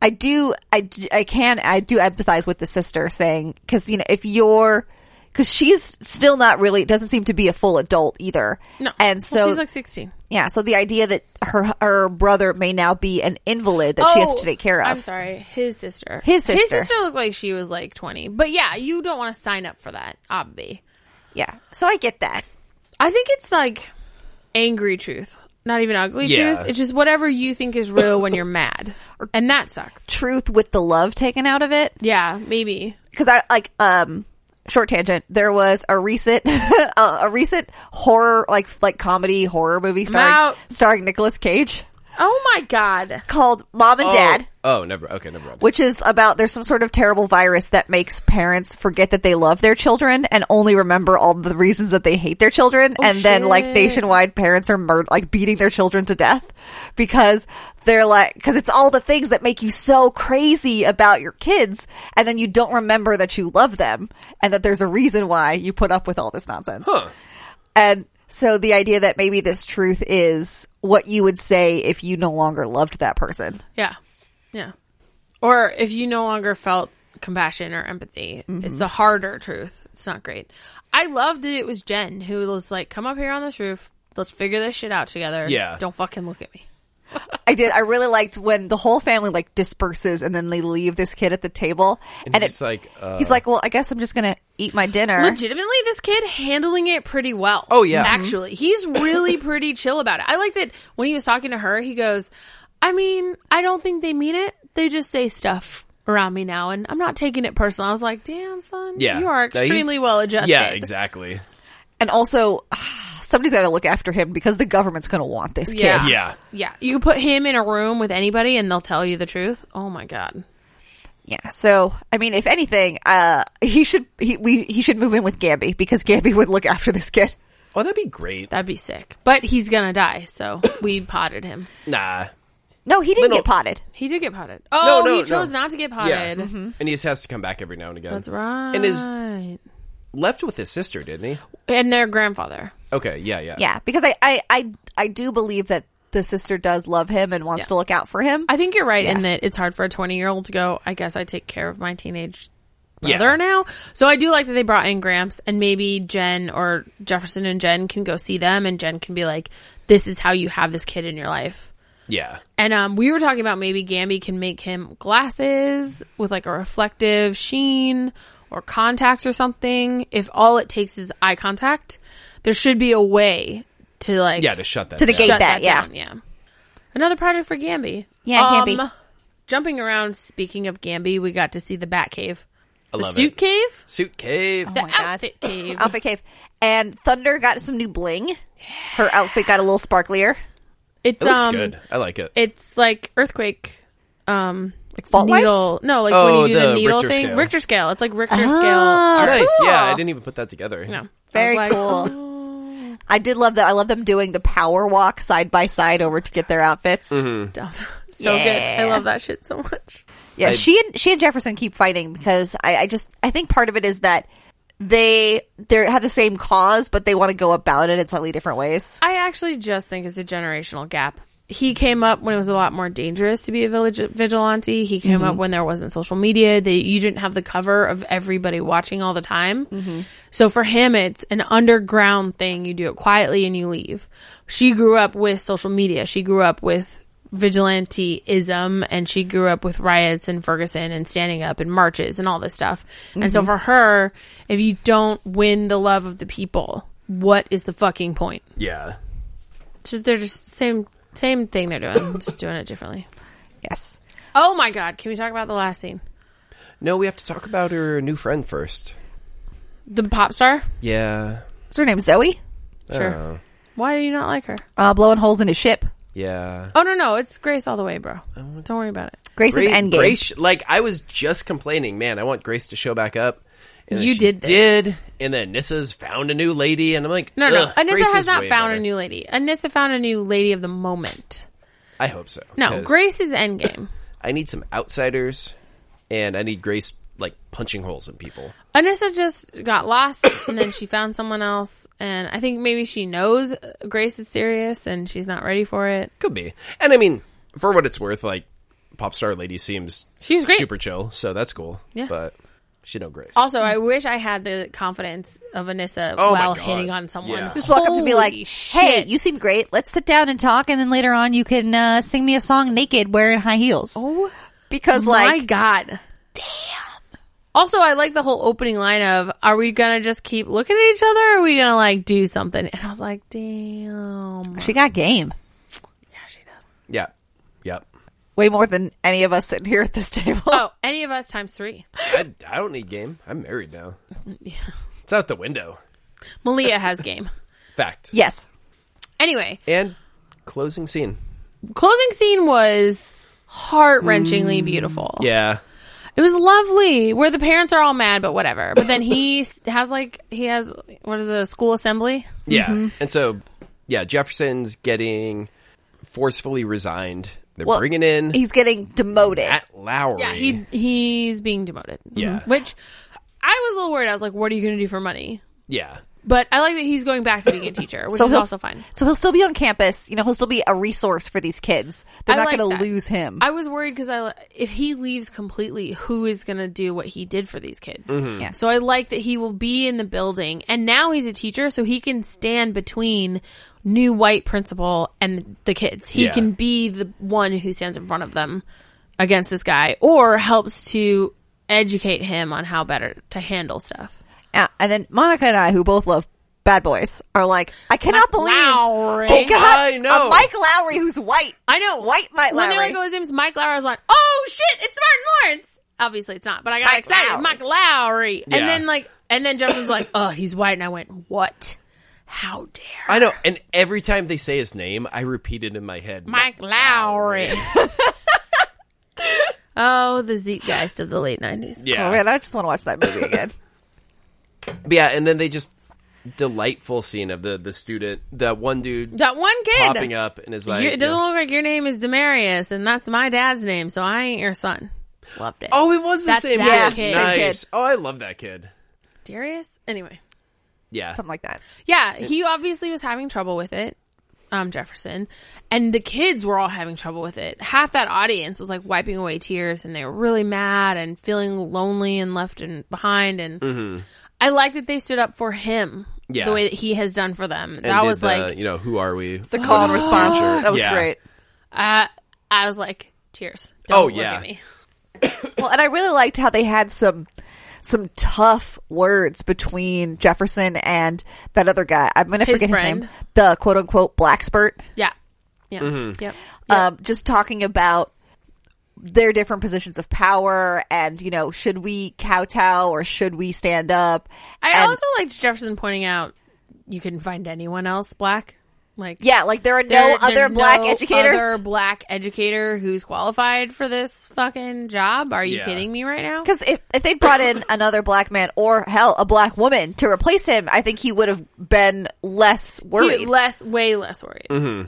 [SPEAKER 2] I do, I, d- I can, I do empathize with the sister saying, cause you know, if you're, cause she's still not really, doesn't seem to be a full adult either.
[SPEAKER 3] no
[SPEAKER 2] And so,
[SPEAKER 3] she's like 16
[SPEAKER 2] yeah, so the idea that her, her brother may now be an invalid that she has to take care of.
[SPEAKER 3] Oh, I'm sorry, his sister.
[SPEAKER 2] His
[SPEAKER 3] His
[SPEAKER 2] sister.
[SPEAKER 3] sister looked like she was like 20. But yeah, you don't want to sign up for that, obvi.
[SPEAKER 2] Yeah. So I get that.
[SPEAKER 3] I think it's like angry truth, not even ugly
[SPEAKER 1] Yeah.
[SPEAKER 3] truth. It's just whatever you think is real when you're mad, and that sucks.
[SPEAKER 2] Truth with the love taken out of it.
[SPEAKER 3] Yeah, maybe.
[SPEAKER 2] because I like um short tangent. There was a recent a, a recent horror like like comedy horror movie starring
[SPEAKER 3] out.
[SPEAKER 2] starring Nicolas Cage.
[SPEAKER 3] Oh my god.
[SPEAKER 2] called Mom and Dad,
[SPEAKER 1] Oh, oh, never. Okay, never mind.
[SPEAKER 2] which is about there's some sort of terrible virus that makes parents forget that they love their children and only remember all the reasons that they hate their children, and then like
[SPEAKER 3] shit.
[SPEAKER 2] nationwide parents are murder like beating their children to death because they're like because it's all the things that make you so crazy about your kids, and then you don't remember that you love them and that there's a reason why you put up with all this nonsense.
[SPEAKER 1] Huh.
[SPEAKER 2] And so the idea that maybe this truth is what you would say if you no longer loved that person.
[SPEAKER 3] Yeah. Yeah. Or if you no longer felt compassion or empathy,
[SPEAKER 2] Mm-hmm.
[SPEAKER 3] it's the harder truth. It's not great. I loved that it was Jen who was like, come up here on this roof. Let's figure this shit out together.
[SPEAKER 1] Yeah.
[SPEAKER 3] Don't fucking look at me.
[SPEAKER 2] I did. I really liked when the whole family like disperses and then they leave this kid at the table and,
[SPEAKER 1] And,
[SPEAKER 2] it's
[SPEAKER 1] it's like, uh,
[SPEAKER 2] he's like, well, I guess I'm just going to eat my dinner.
[SPEAKER 3] Legitimately, this kid handling it pretty well.
[SPEAKER 1] Oh, yeah.
[SPEAKER 3] actually, he's really pretty chill about it. I like that when he was talking to her, he goes, "I mean, I don't think they mean it. They just say stuff around me now, and I'm not taking it personal." I was like, "Damn, son,
[SPEAKER 1] yeah,
[SPEAKER 3] you are
[SPEAKER 1] No, he's-
[SPEAKER 3] extremely well adjusted."
[SPEAKER 1] Yeah, exactly.
[SPEAKER 2] And also somebody's got to look after him because the government's going to want this
[SPEAKER 3] Yeah.
[SPEAKER 2] kid.
[SPEAKER 1] Yeah.
[SPEAKER 3] Yeah, you can put him in a room with anybody, and they'll tell you the truth. Oh my god.
[SPEAKER 2] Yeah. So, I mean, if anything, uh, he should, he, we, he should move in with Gabby because Gabby would look after this kid.
[SPEAKER 1] Oh, that'd be great.
[SPEAKER 3] That'd be sick, but he's gonna die. So we potted him.
[SPEAKER 1] Nah.
[SPEAKER 2] No, he didn't
[SPEAKER 1] Little-
[SPEAKER 2] get potted.
[SPEAKER 3] He did get potted. Oh,
[SPEAKER 1] no,
[SPEAKER 3] he
[SPEAKER 1] no.
[SPEAKER 3] chose not to get potted.
[SPEAKER 1] Yeah. And he just has to come back every now and again.
[SPEAKER 3] Mm-hmm. That's right.
[SPEAKER 1] And is left with his sister, didn't he?
[SPEAKER 3] and their grandfather.
[SPEAKER 1] Okay. Yeah. Yeah.
[SPEAKER 2] Yeah. Because I, I, I, I do believe that the sister does love him and wants
[SPEAKER 3] Yeah.
[SPEAKER 2] to look out for him.
[SPEAKER 3] I think you're right in
[SPEAKER 2] Yeah.
[SPEAKER 3] that it's hard for a 20 year old to go, I guess I take care of my teenage
[SPEAKER 1] Yeah.
[SPEAKER 3] brother now. So I do like that they brought in Gramps and maybe Jen or Jefferson and Jen can go see them and Jen can be like, this is how you have this kid in your life.
[SPEAKER 1] Yeah.
[SPEAKER 3] And um, we were talking about maybe Gamby can make him glasses with like a reflective sheen or contacts or something. If all it takes is eye contact, there should be a way to like
[SPEAKER 1] Yeah. To shut that
[SPEAKER 2] To the
[SPEAKER 1] down.
[SPEAKER 2] gate.
[SPEAKER 3] shut
[SPEAKER 2] that,
[SPEAKER 3] that,
[SPEAKER 2] yeah.
[SPEAKER 3] down. Yeah. Another project for Gamby. Um,
[SPEAKER 2] Yeah, Gamby.
[SPEAKER 3] Jumping around, speaking of Gamby, we got to see the Bat Cave,
[SPEAKER 1] I
[SPEAKER 3] the
[SPEAKER 1] love
[SPEAKER 3] Suit
[SPEAKER 1] it.
[SPEAKER 3] Cave,
[SPEAKER 1] Suit cave.
[SPEAKER 3] the
[SPEAKER 2] Oh my God.
[SPEAKER 3] Outfit Cave.
[SPEAKER 2] Outfit Cave. And Thunder got some new bling. Her outfit got a little sparklier.
[SPEAKER 3] It's
[SPEAKER 1] it looks
[SPEAKER 3] um,
[SPEAKER 1] good. I like it.
[SPEAKER 3] it's like earthquake, um, like
[SPEAKER 2] Fault lines?
[SPEAKER 3] needle. No, like
[SPEAKER 1] Oh,
[SPEAKER 3] when you do the,
[SPEAKER 1] the
[SPEAKER 3] needle
[SPEAKER 1] Richter
[SPEAKER 3] thing,
[SPEAKER 1] scale.
[SPEAKER 3] Richter scale. It's like Richter
[SPEAKER 2] Ah.
[SPEAKER 3] scale.
[SPEAKER 1] nice.
[SPEAKER 2] cool.
[SPEAKER 1] Yeah. I didn't even put that together.
[SPEAKER 3] No.
[SPEAKER 2] Very
[SPEAKER 3] I was like,
[SPEAKER 2] cool. I did love that. I love them doing the power walk side by side over to get their outfits.
[SPEAKER 3] dumb. So
[SPEAKER 2] Yeah.
[SPEAKER 3] good. I love that shit so much.
[SPEAKER 2] Yeah,
[SPEAKER 1] I-
[SPEAKER 2] she and she and Jefferson keep fighting because I, I just I think part of it is that they they have the same cause, but they want to go about it in slightly different ways.
[SPEAKER 3] I actually just think it's a generational gap. He came up when it was a lot more dangerous to be a village vigilante. He came up when there wasn't social media. They, you didn't have the cover of everybody watching all the time. So for him, it's an underground thing. You do it quietly and you leave. She grew up with social media. She grew up with vigilanteism and she grew up with riots in Ferguson and standing up and marches and all this stuff. And so for her, if you don't win the love of the people, what is the fucking point?
[SPEAKER 1] Yeah.
[SPEAKER 3] So they're just same same thing they're doing, just doing it differently.
[SPEAKER 2] Yes.
[SPEAKER 3] Oh my god! Can we talk about the last scene?
[SPEAKER 1] No, we have to talk about her new friend first.
[SPEAKER 3] The pop star.
[SPEAKER 1] Yeah.
[SPEAKER 2] Is her name Zoe?
[SPEAKER 3] Sure.
[SPEAKER 1] Oh,
[SPEAKER 3] Why do you not like her?
[SPEAKER 2] Uh, blowing holes in his ship.
[SPEAKER 1] yeah.
[SPEAKER 3] Oh no no, it's Grace all the way, bro. Don't worry about it.
[SPEAKER 2] Grace's
[SPEAKER 1] Gra-
[SPEAKER 2] endgame.
[SPEAKER 1] Grace, like I was just complaining, man. I want Grace to show back up. And then
[SPEAKER 3] You
[SPEAKER 1] she
[SPEAKER 3] did this.
[SPEAKER 1] did, and then Nissa's found a new lady, and I'm like,
[SPEAKER 3] No no,
[SPEAKER 1] ugh,
[SPEAKER 3] Anissa
[SPEAKER 1] Grace
[SPEAKER 3] has
[SPEAKER 1] is
[SPEAKER 3] not
[SPEAKER 1] way
[SPEAKER 3] found
[SPEAKER 1] better.
[SPEAKER 3] a new lady. Anissa found a new lady of the moment.
[SPEAKER 1] I hope so.
[SPEAKER 3] No,
[SPEAKER 1] 'cause
[SPEAKER 3] Grace is endgame.
[SPEAKER 1] I need some outsiders, and I need Grace like punching holes in people.
[SPEAKER 3] Anissa just got lost, and then she found someone else. And I think maybe she knows uh, Grace is serious, and she's not ready for it.
[SPEAKER 1] Could be, and I mean, for what it's worth, like pop star lady seems
[SPEAKER 3] She was great.
[SPEAKER 1] super chill, so that's cool.
[SPEAKER 3] Yeah.
[SPEAKER 1] but she no Grace.
[SPEAKER 3] Also, I wish I had the confidence of Anissa
[SPEAKER 1] Oh my
[SPEAKER 3] while
[SPEAKER 1] God.
[SPEAKER 3] hitting on someone.
[SPEAKER 1] Yeah.
[SPEAKER 2] Just walk up to be like,
[SPEAKER 3] Holy
[SPEAKER 2] "Hey,
[SPEAKER 3] shit.
[SPEAKER 2] you seem great. Let's sit down and talk, and then later on you can uh, sing me a song naked, wearing high heels."
[SPEAKER 3] Oh
[SPEAKER 2] because
[SPEAKER 3] my
[SPEAKER 2] like
[SPEAKER 3] god. Damn. Also, I like the whole opening line of "Are we gonna just keep looking at each other? Or are we gonna like do something?" And I was like, "Damn."
[SPEAKER 2] she got game.
[SPEAKER 3] Yeah, she does.
[SPEAKER 1] yeah, yep.
[SPEAKER 2] way more than any of us sitting here at this table.
[SPEAKER 3] Oh, any of us times three.
[SPEAKER 1] I, I don't need game. I'm married now. It's out the window.
[SPEAKER 3] Malia has game.
[SPEAKER 1] Fact.
[SPEAKER 2] Yes.
[SPEAKER 3] Anyway,
[SPEAKER 1] And closing scene.
[SPEAKER 3] closing scene was heart wrenchingly
[SPEAKER 2] Mm,
[SPEAKER 3] beautiful.
[SPEAKER 1] Yeah.
[SPEAKER 3] It was lovely. Where the parents are all mad, but whatever. But then he s- has like he has what is it? A school assembly.
[SPEAKER 1] Yeah.
[SPEAKER 3] Mm-hmm.
[SPEAKER 1] And so, yeah, Jefferson's getting forcefully resigned. They're
[SPEAKER 2] Well,
[SPEAKER 1] bringing in
[SPEAKER 2] He's getting demoted.
[SPEAKER 1] Matt Lowry.
[SPEAKER 3] Yeah, he he's being demoted.
[SPEAKER 1] Yeah.
[SPEAKER 3] Mhm. which I was a little worried. I was like, "What are you going to do for money?"
[SPEAKER 1] Yeah.
[SPEAKER 3] But I like that he's going back to being a teacher, which is
[SPEAKER 2] he'll-
[SPEAKER 3] also fine.
[SPEAKER 2] So he'll still be on campus. You know, he'll still be a resource for these kids. They're
[SPEAKER 3] I
[SPEAKER 2] not
[SPEAKER 3] like
[SPEAKER 2] going
[SPEAKER 3] that.
[SPEAKER 2] to lose him.
[SPEAKER 3] I was worried because I if he leaves completely, who is going to do what he did for these kids?
[SPEAKER 2] Yeah.
[SPEAKER 3] So I like that he will be in the building, and now he's a teacher, so he can stand between new white principal and the kids. He
[SPEAKER 1] Yeah.
[SPEAKER 3] can be the one who stands in front of them against this guy, or helps to educate him on how better to handle stuff.
[SPEAKER 2] Yeah, Uh, and then Monica and I, who both love Bad Boys, are like, I cannot believe.
[SPEAKER 3] Lowry.
[SPEAKER 2] Oh God,
[SPEAKER 1] I know.
[SPEAKER 2] a Mike Lowry who's white.
[SPEAKER 3] I know.
[SPEAKER 2] White Mike
[SPEAKER 3] When they
[SPEAKER 2] Lowry.
[SPEAKER 3] like, oh, his name's Mike Lowry, I was like, oh shit, it's Martin Lawrence. Obviously, it's not, but I got
[SPEAKER 2] Mike
[SPEAKER 3] excited.
[SPEAKER 2] Lowry.
[SPEAKER 3] Mike Lowry.
[SPEAKER 1] Yeah.
[SPEAKER 3] And then, like, and then Justin's like, oh, he's white. And I went, what? How dare.
[SPEAKER 1] I know. And every time they say his name, I repeat it in my head.
[SPEAKER 3] Mike Lowry. oh, the Zeitgeist of the late 90s.
[SPEAKER 1] Yeah.
[SPEAKER 2] Oh man, I just want to watch that movie again.
[SPEAKER 1] But yeah. And then they just delightful scene of the the student, that one dude
[SPEAKER 3] That one kid.
[SPEAKER 1] popping up and is like,
[SPEAKER 3] You- it doesn't
[SPEAKER 1] you know,
[SPEAKER 3] look like your name is Demarius, and that's my dad's name, so I ain't your son. Loved it.
[SPEAKER 1] oh, it was the
[SPEAKER 3] That's
[SPEAKER 1] same
[SPEAKER 3] that
[SPEAKER 1] kid.
[SPEAKER 3] kid.
[SPEAKER 2] Same kid.
[SPEAKER 1] Nice. Oh, I love that kid.
[SPEAKER 3] Darius? Anyway.
[SPEAKER 1] Yeah.
[SPEAKER 2] Something like that.
[SPEAKER 3] Yeah, he obviously was having trouble with it, um, Jefferson, and the kids were all having trouble with it. Half that audience was like wiping away tears, and they were really mad and feeling lonely and left and behind. And I like that they stood up for
[SPEAKER 1] Mm-hmm.
[SPEAKER 3] him,
[SPEAKER 1] Yeah.
[SPEAKER 3] the way that he has done for them.
[SPEAKER 1] And
[SPEAKER 3] that
[SPEAKER 1] did
[SPEAKER 3] was
[SPEAKER 1] the,
[SPEAKER 3] like,
[SPEAKER 1] you know, who are we?
[SPEAKER 2] The call and
[SPEAKER 3] Oh.
[SPEAKER 2] response. That was
[SPEAKER 1] Yeah.
[SPEAKER 2] great.
[SPEAKER 3] uh, I was like, tears. Don't
[SPEAKER 1] Oh,
[SPEAKER 3] look
[SPEAKER 1] yeah.
[SPEAKER 3] at me.
[SPEAKER 2] Well, and I really liked how they had some some tough words between Jefferson and that other guy. I'm going to
[SPEAKER 3] His
[SPEAKER 2] forget
[SPEAKER 3] friend.
[SPEAKER 2] his name. The quote unquote black spurt.
[SPEAKER 3] Yeah, yeah,
[SPEAKER 1] Mm-hmm.
[SPEAKER 3] yep.
[SPEAKER 2] um, just talking about their different positions of power and you know should we kowtow or should we stand up
[SPEAKER 3] I
[SPEAKER 2] And-
[SPEAKER 3] also liked Jefferson pointing out you couldn't find anyone else black. Like,
[SPEAKER 2] yeah like there are
[SPEAKER 3] There-
[SPEAKER 2] no other
[SPEAKER 3] there's
[SPEAKER 2] black
[SPEAKER 3] no
[SPEAKER 2] educators
[SPEAKER 3] other black educator who's qualified for this fucking job. Are you
[SPEAKER 1] Yeah.
[SPEAKER 3] kidding me right now?
[SPEAKER 2] because if, if they brought in another black man or hell a black woman to replace him i think he would have been less worried
[SPEAKER 3] He- less, way less worried.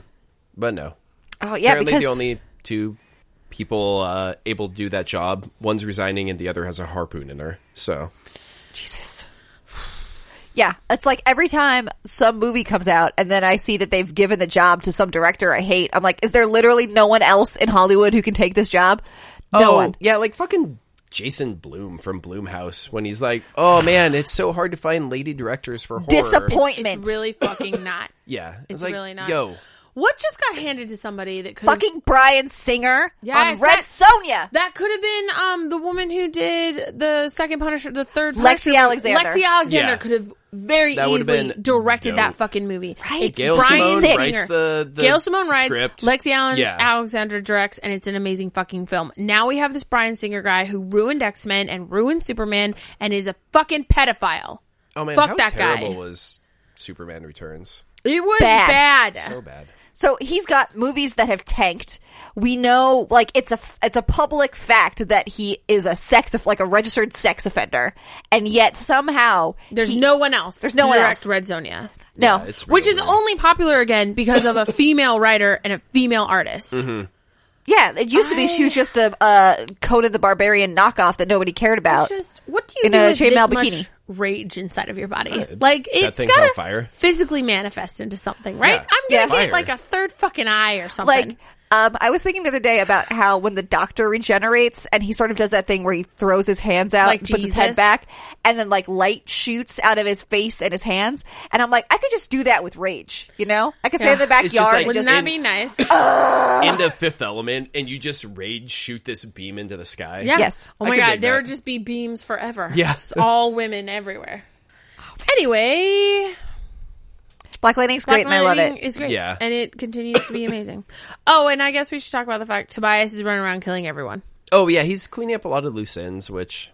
[SPEAKER 1] But no.
[SPEAKER 2] oh yeah
[SPEAKER 1] Apparently
[SPEAKER 2] because
[SPEAKER 1] the only two people uh, able to do that job. One's resigning and the other has a harpoon in her. So
[SPEAKER 2] jesus yeah it's like every time some movie comes out and then i see that they've given the job to some director i hate i'm like is there literally no one else in hollywood who can take this job no
[SPEAKER 1] oh,
[SPEAKER 2] one
[SPEAKER 1] Yeah, like fucking Jason Bloom from Bloomhouse when he's like, "Oh man, it's so hard to find lady directors for horror."
[SPEAKER 2] disappointment.
[SPEAKER 3] It's really fucking not.
[SPEAKER 1] Yeah,
[SPEAKER 3] It's
[SPEAKER 1] like,
[SPEAKER 3] really not.
[SPEAKER 1] Yo,
[SPEAKER 3] What just got handed to somebody that could
[SPEAKER 2] Fucking Brian Singer
[SPEAKER 3] Yes,
[SPEAKER 2] on Red
[SPEAKER 3] that-
[SPEAKER 2] Sonia.
[SPEAKER 3] that could have been um the woman who did the second Punisher, the third
[SPEAKER 2] Lexi
[SPEAKER 3] Punisher-
[SPEAKER 2] Alexander.
[SPEAKER 3] Lexi Alexander
[SPEAKER 1] Yeah.
[SPEAKER 3] could have very
[SPEAKER 1] That would have
[SPEAKER 3] easily
[SPEAKER 1] been
[SPEAKER 3] directed that
[SPEAKER 1] dope.
[SPEAKER 3] fucking movie.
[SPEAKER 2] Right.
[SPEAKER 3] It's
[SPEAKER 1] Gail
[SPEAKER 3] Brian
[SPEAKER 1] Simone
[SPEAKER 3] Singer.
[SPEAKER 1] writes the, the
[SPEAKER 3] Gail Simone writes,
[SPEAKER 1] script.
[SPEAKER 3] Lexi Allen
[SPEAKER 1] Yeah.
[SPEAKER 3] Alexander directs, and it's an amazing fucking film. Now we have this Brian Singer guy who ruined X Men and ruined Superman and is a fucking pedophile.
[SPEAKER 1] oh man,
[SPEAKER 3] fuck
[SPEAKER 1] how
[SPEAKER 3] that guy.
[SPEAKER 1] terrible was Superman Returns?
[SPEAKER 3] It was
[SPEAKER 2] Bad.
[SPEAKER 3] bad.
[SPEAKER 1] So bad.
[SPEAKER 2] So he's got movies that have tanked. We know, like it's a it's a public fact that he is a sex of like a registered sex offender, and yet somehow
[SPEAKER 3] There's
[SPEAKER 2] he-
[SPEAKER 3] no one else. There's
[SPEAKER 2] no one else.
[SPEAKER 3] direct Red Zonia.
[SPEAKER 2] no.
[SPEAKER 1] Yeah, it's
[SPEAKER 3] Which
[SPEAKER 1] really
[SPEAKER 3] is
[SPEAKER 1] weird.
[SPEAKER 3] only popular again because of a female writer and a female artist.
[SPEAKER 1] Mm-hmm.
[SPEAKER 2] Yeah, it used to be she was just a uh, Conan the Barbarian knockoff that nobody cared about.
[SPEAKER 3] Just what do you
[SPEAKER 2] In
[SPEAKER 3] do
[SPEAKER 2] a
[SPEAKER 3] with
[SPEAKER 2] chainmail
[SPEAKER 3] this much
[SPEAKER 2] bikini.
[SPEAKER 3] rage inside of your body? like
[SPEAKER 1] Uh, set
[SPEAKER 3] it's
[SPEAKER 1] things
[SPEAKER 3] gotta
[SPEAKER 1] on fire.
[SPEAKER 3] physically manifest into something, right?
[SPEAKER 1] Yeah.
[SPEAKER 3] I'm gonna
[SPEAKER 1] Yeah. Fire.
[SPEAKER 3] hit like a third fucking eye or something.
[SPEAKER 2] Like, um, I was thinking the other day about how when the doctor regenerates and he sort of does that thing where he throws his hands out
[SPEAKER 3] Like
[SPEAKER 2] and puts his head
[SPEAKER 3] Jesus?
[SPEAKER 2] back and then like light shoots out of his face and his hands. And I'm like, I could just do that with rage, you know? I could stay in
[SPEAKER 3] Yeah.
[SPEAKER 2] the
[SPEAKER 1] It's just
[SPEAKER 2] backyard
[SPEAKER 1] like-
[SPEAKER 2] and
[SPEAKER 3] Wouldn't
[SPEAKER 2] just,
[SPEAKER 3] that
[SPEAKER 1] in-
[SPEAKER 3] be nice?
[SPEAKER 1] Into Fifth Element, and you just rage shoot this beam into the sky.
[SPEAKER 3] Yeah.
[SPEAKER 2] Yes.
[SPEAKER 3] Oh
[SPEAKER 1] I
[SPEAKER 3] my
[SPEAKER 1] could
[SPEAKER 3] god,
[SPEAKER 1] dig
[SPEAKER 3] there
[SPEAKER 1] that.
[SPEAKER 3] would just be beams forever.
[SPEAKER 1] Yeah.
[SPEAKER 3] Just all women everywhere. Anyway,
[SPEAKER 2] Black Lightning's
[SPEAKER 3] Black
[SPEAKER 2] great and I love
[SPEAKER 3] Lightning
[SPEAKER 2] it.
[SPEAKER 3] Is great,
[SPEAKER 1] Yeah.
[SPEAKER 3] and it continues to be amazing. oh, and I guess we should talk about the fact Tobias is running around killing everyone.
[SPEAKER 1] Oh yeah, he's cleaning up a lot of loose ends, which,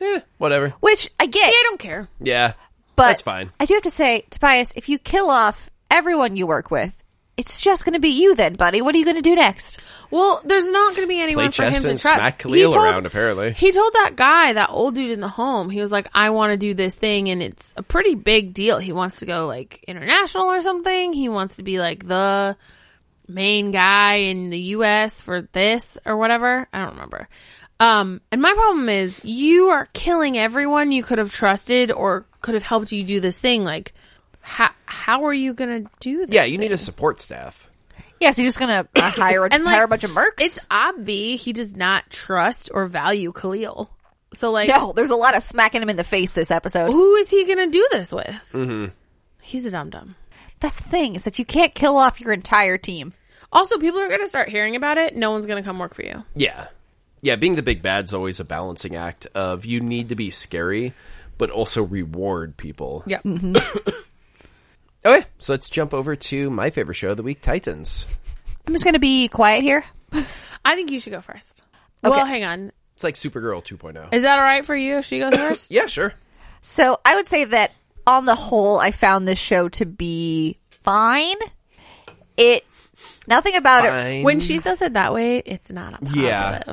[SPEAKER 1] eh, whatever.
[SPEAKER 2] Which I get,
[SPEAKER 3] I don't care.
[SPEAKER 1] Yeah,
[SPEAKER 2] but
[SPEAKER 1] that's fine.
[SPEAKER 2] I do have to say, Tobias, if you kill off everyone you work with, it's just going to be you then, buddy. What are you going to do next?
[SPEAKER 3] Well, there's not going to be anyone for him
[SPEAKER 1] chess
[SPEAKER 3] to
[SPEAKER 1] and
[SPEAKER 3] trust.
[SPEAKER 1] smack
[SPEAKER 3] He
[SPEAKER 1] Khalil around, apparently.
[SPEAKER 3] he told that guy, that old dude in the home, he was like, "I want to do this thing, and it's a pretty big deal. He wants to go like international or something. He wants to be like the main guy in the U.S. for this or whatever. I don't remember." Um, and my problem is, you are killing everyone you could have trusted or could have helped you do this thing. Like, how how are you gonna do this?
[SPEAKER 1] Yeah, you need a support staff.
[SPEAKER 2] Yeah, so you're just going to uh, hire a,
[SPEAKER 3] And, like,
[SPEAKER 2] hire a bunch of mercs?
[SPEAKER 3] It's obvi he does not trust or value Khalil. So like,
[SPEAKER 2] no, there's a lot of smacking him in the face this episode.
[SPEAKER 3] who is he gonna do this with? Mm-hmm. He's a dum dum.
[SPEAKER 2] That's the thing is that you can't kill off your entire team.
[SPEAKER 3] Also, people are gonna start hearing about it. No one's gonna come work for you.
[SPEAKER 1] Yeah. Yeah, being the big bad's always a balancing act of you need to be scary, but also reward people.
[SPEAKER 3] Yep.
[SPEAKER 1] Okay, so let's jump over to my favorite show of the week, Titans.
[SPEAKER 2] I'm just going to be quiet here.
[SPEAKER 3] I think you should go first.
[SPEAKER 2] Okay.
[SPEAKER 3] Well, hang on.
[SPEAKER 1] It's like Supergirl 2.0.
[SPEAKER 3] Is that all right for you if she goes first?
[SPEAKER 1] yeah, sure.
[SPEAKER 2] So I would say that on the whole, I found this show to be fine. It nothing about it
[SPEAKER 1] Fine.
[SPEAKER 3] when she says it that way, it's not a positive.
[SPEAKER 1] Yeah.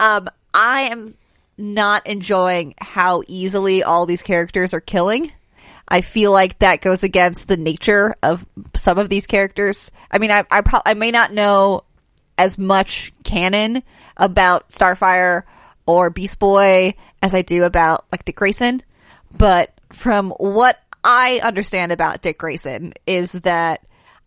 [SPEAKER 2] Um, I am not enjoying how easily all these characters are killing. I feel like that goes against the nature of some of these characters. I mean, I I, pro- I may not know as much canon about Starfire or Beast Boy as I do about like Dick Grayson, but from what I understand about Dick Grayson is that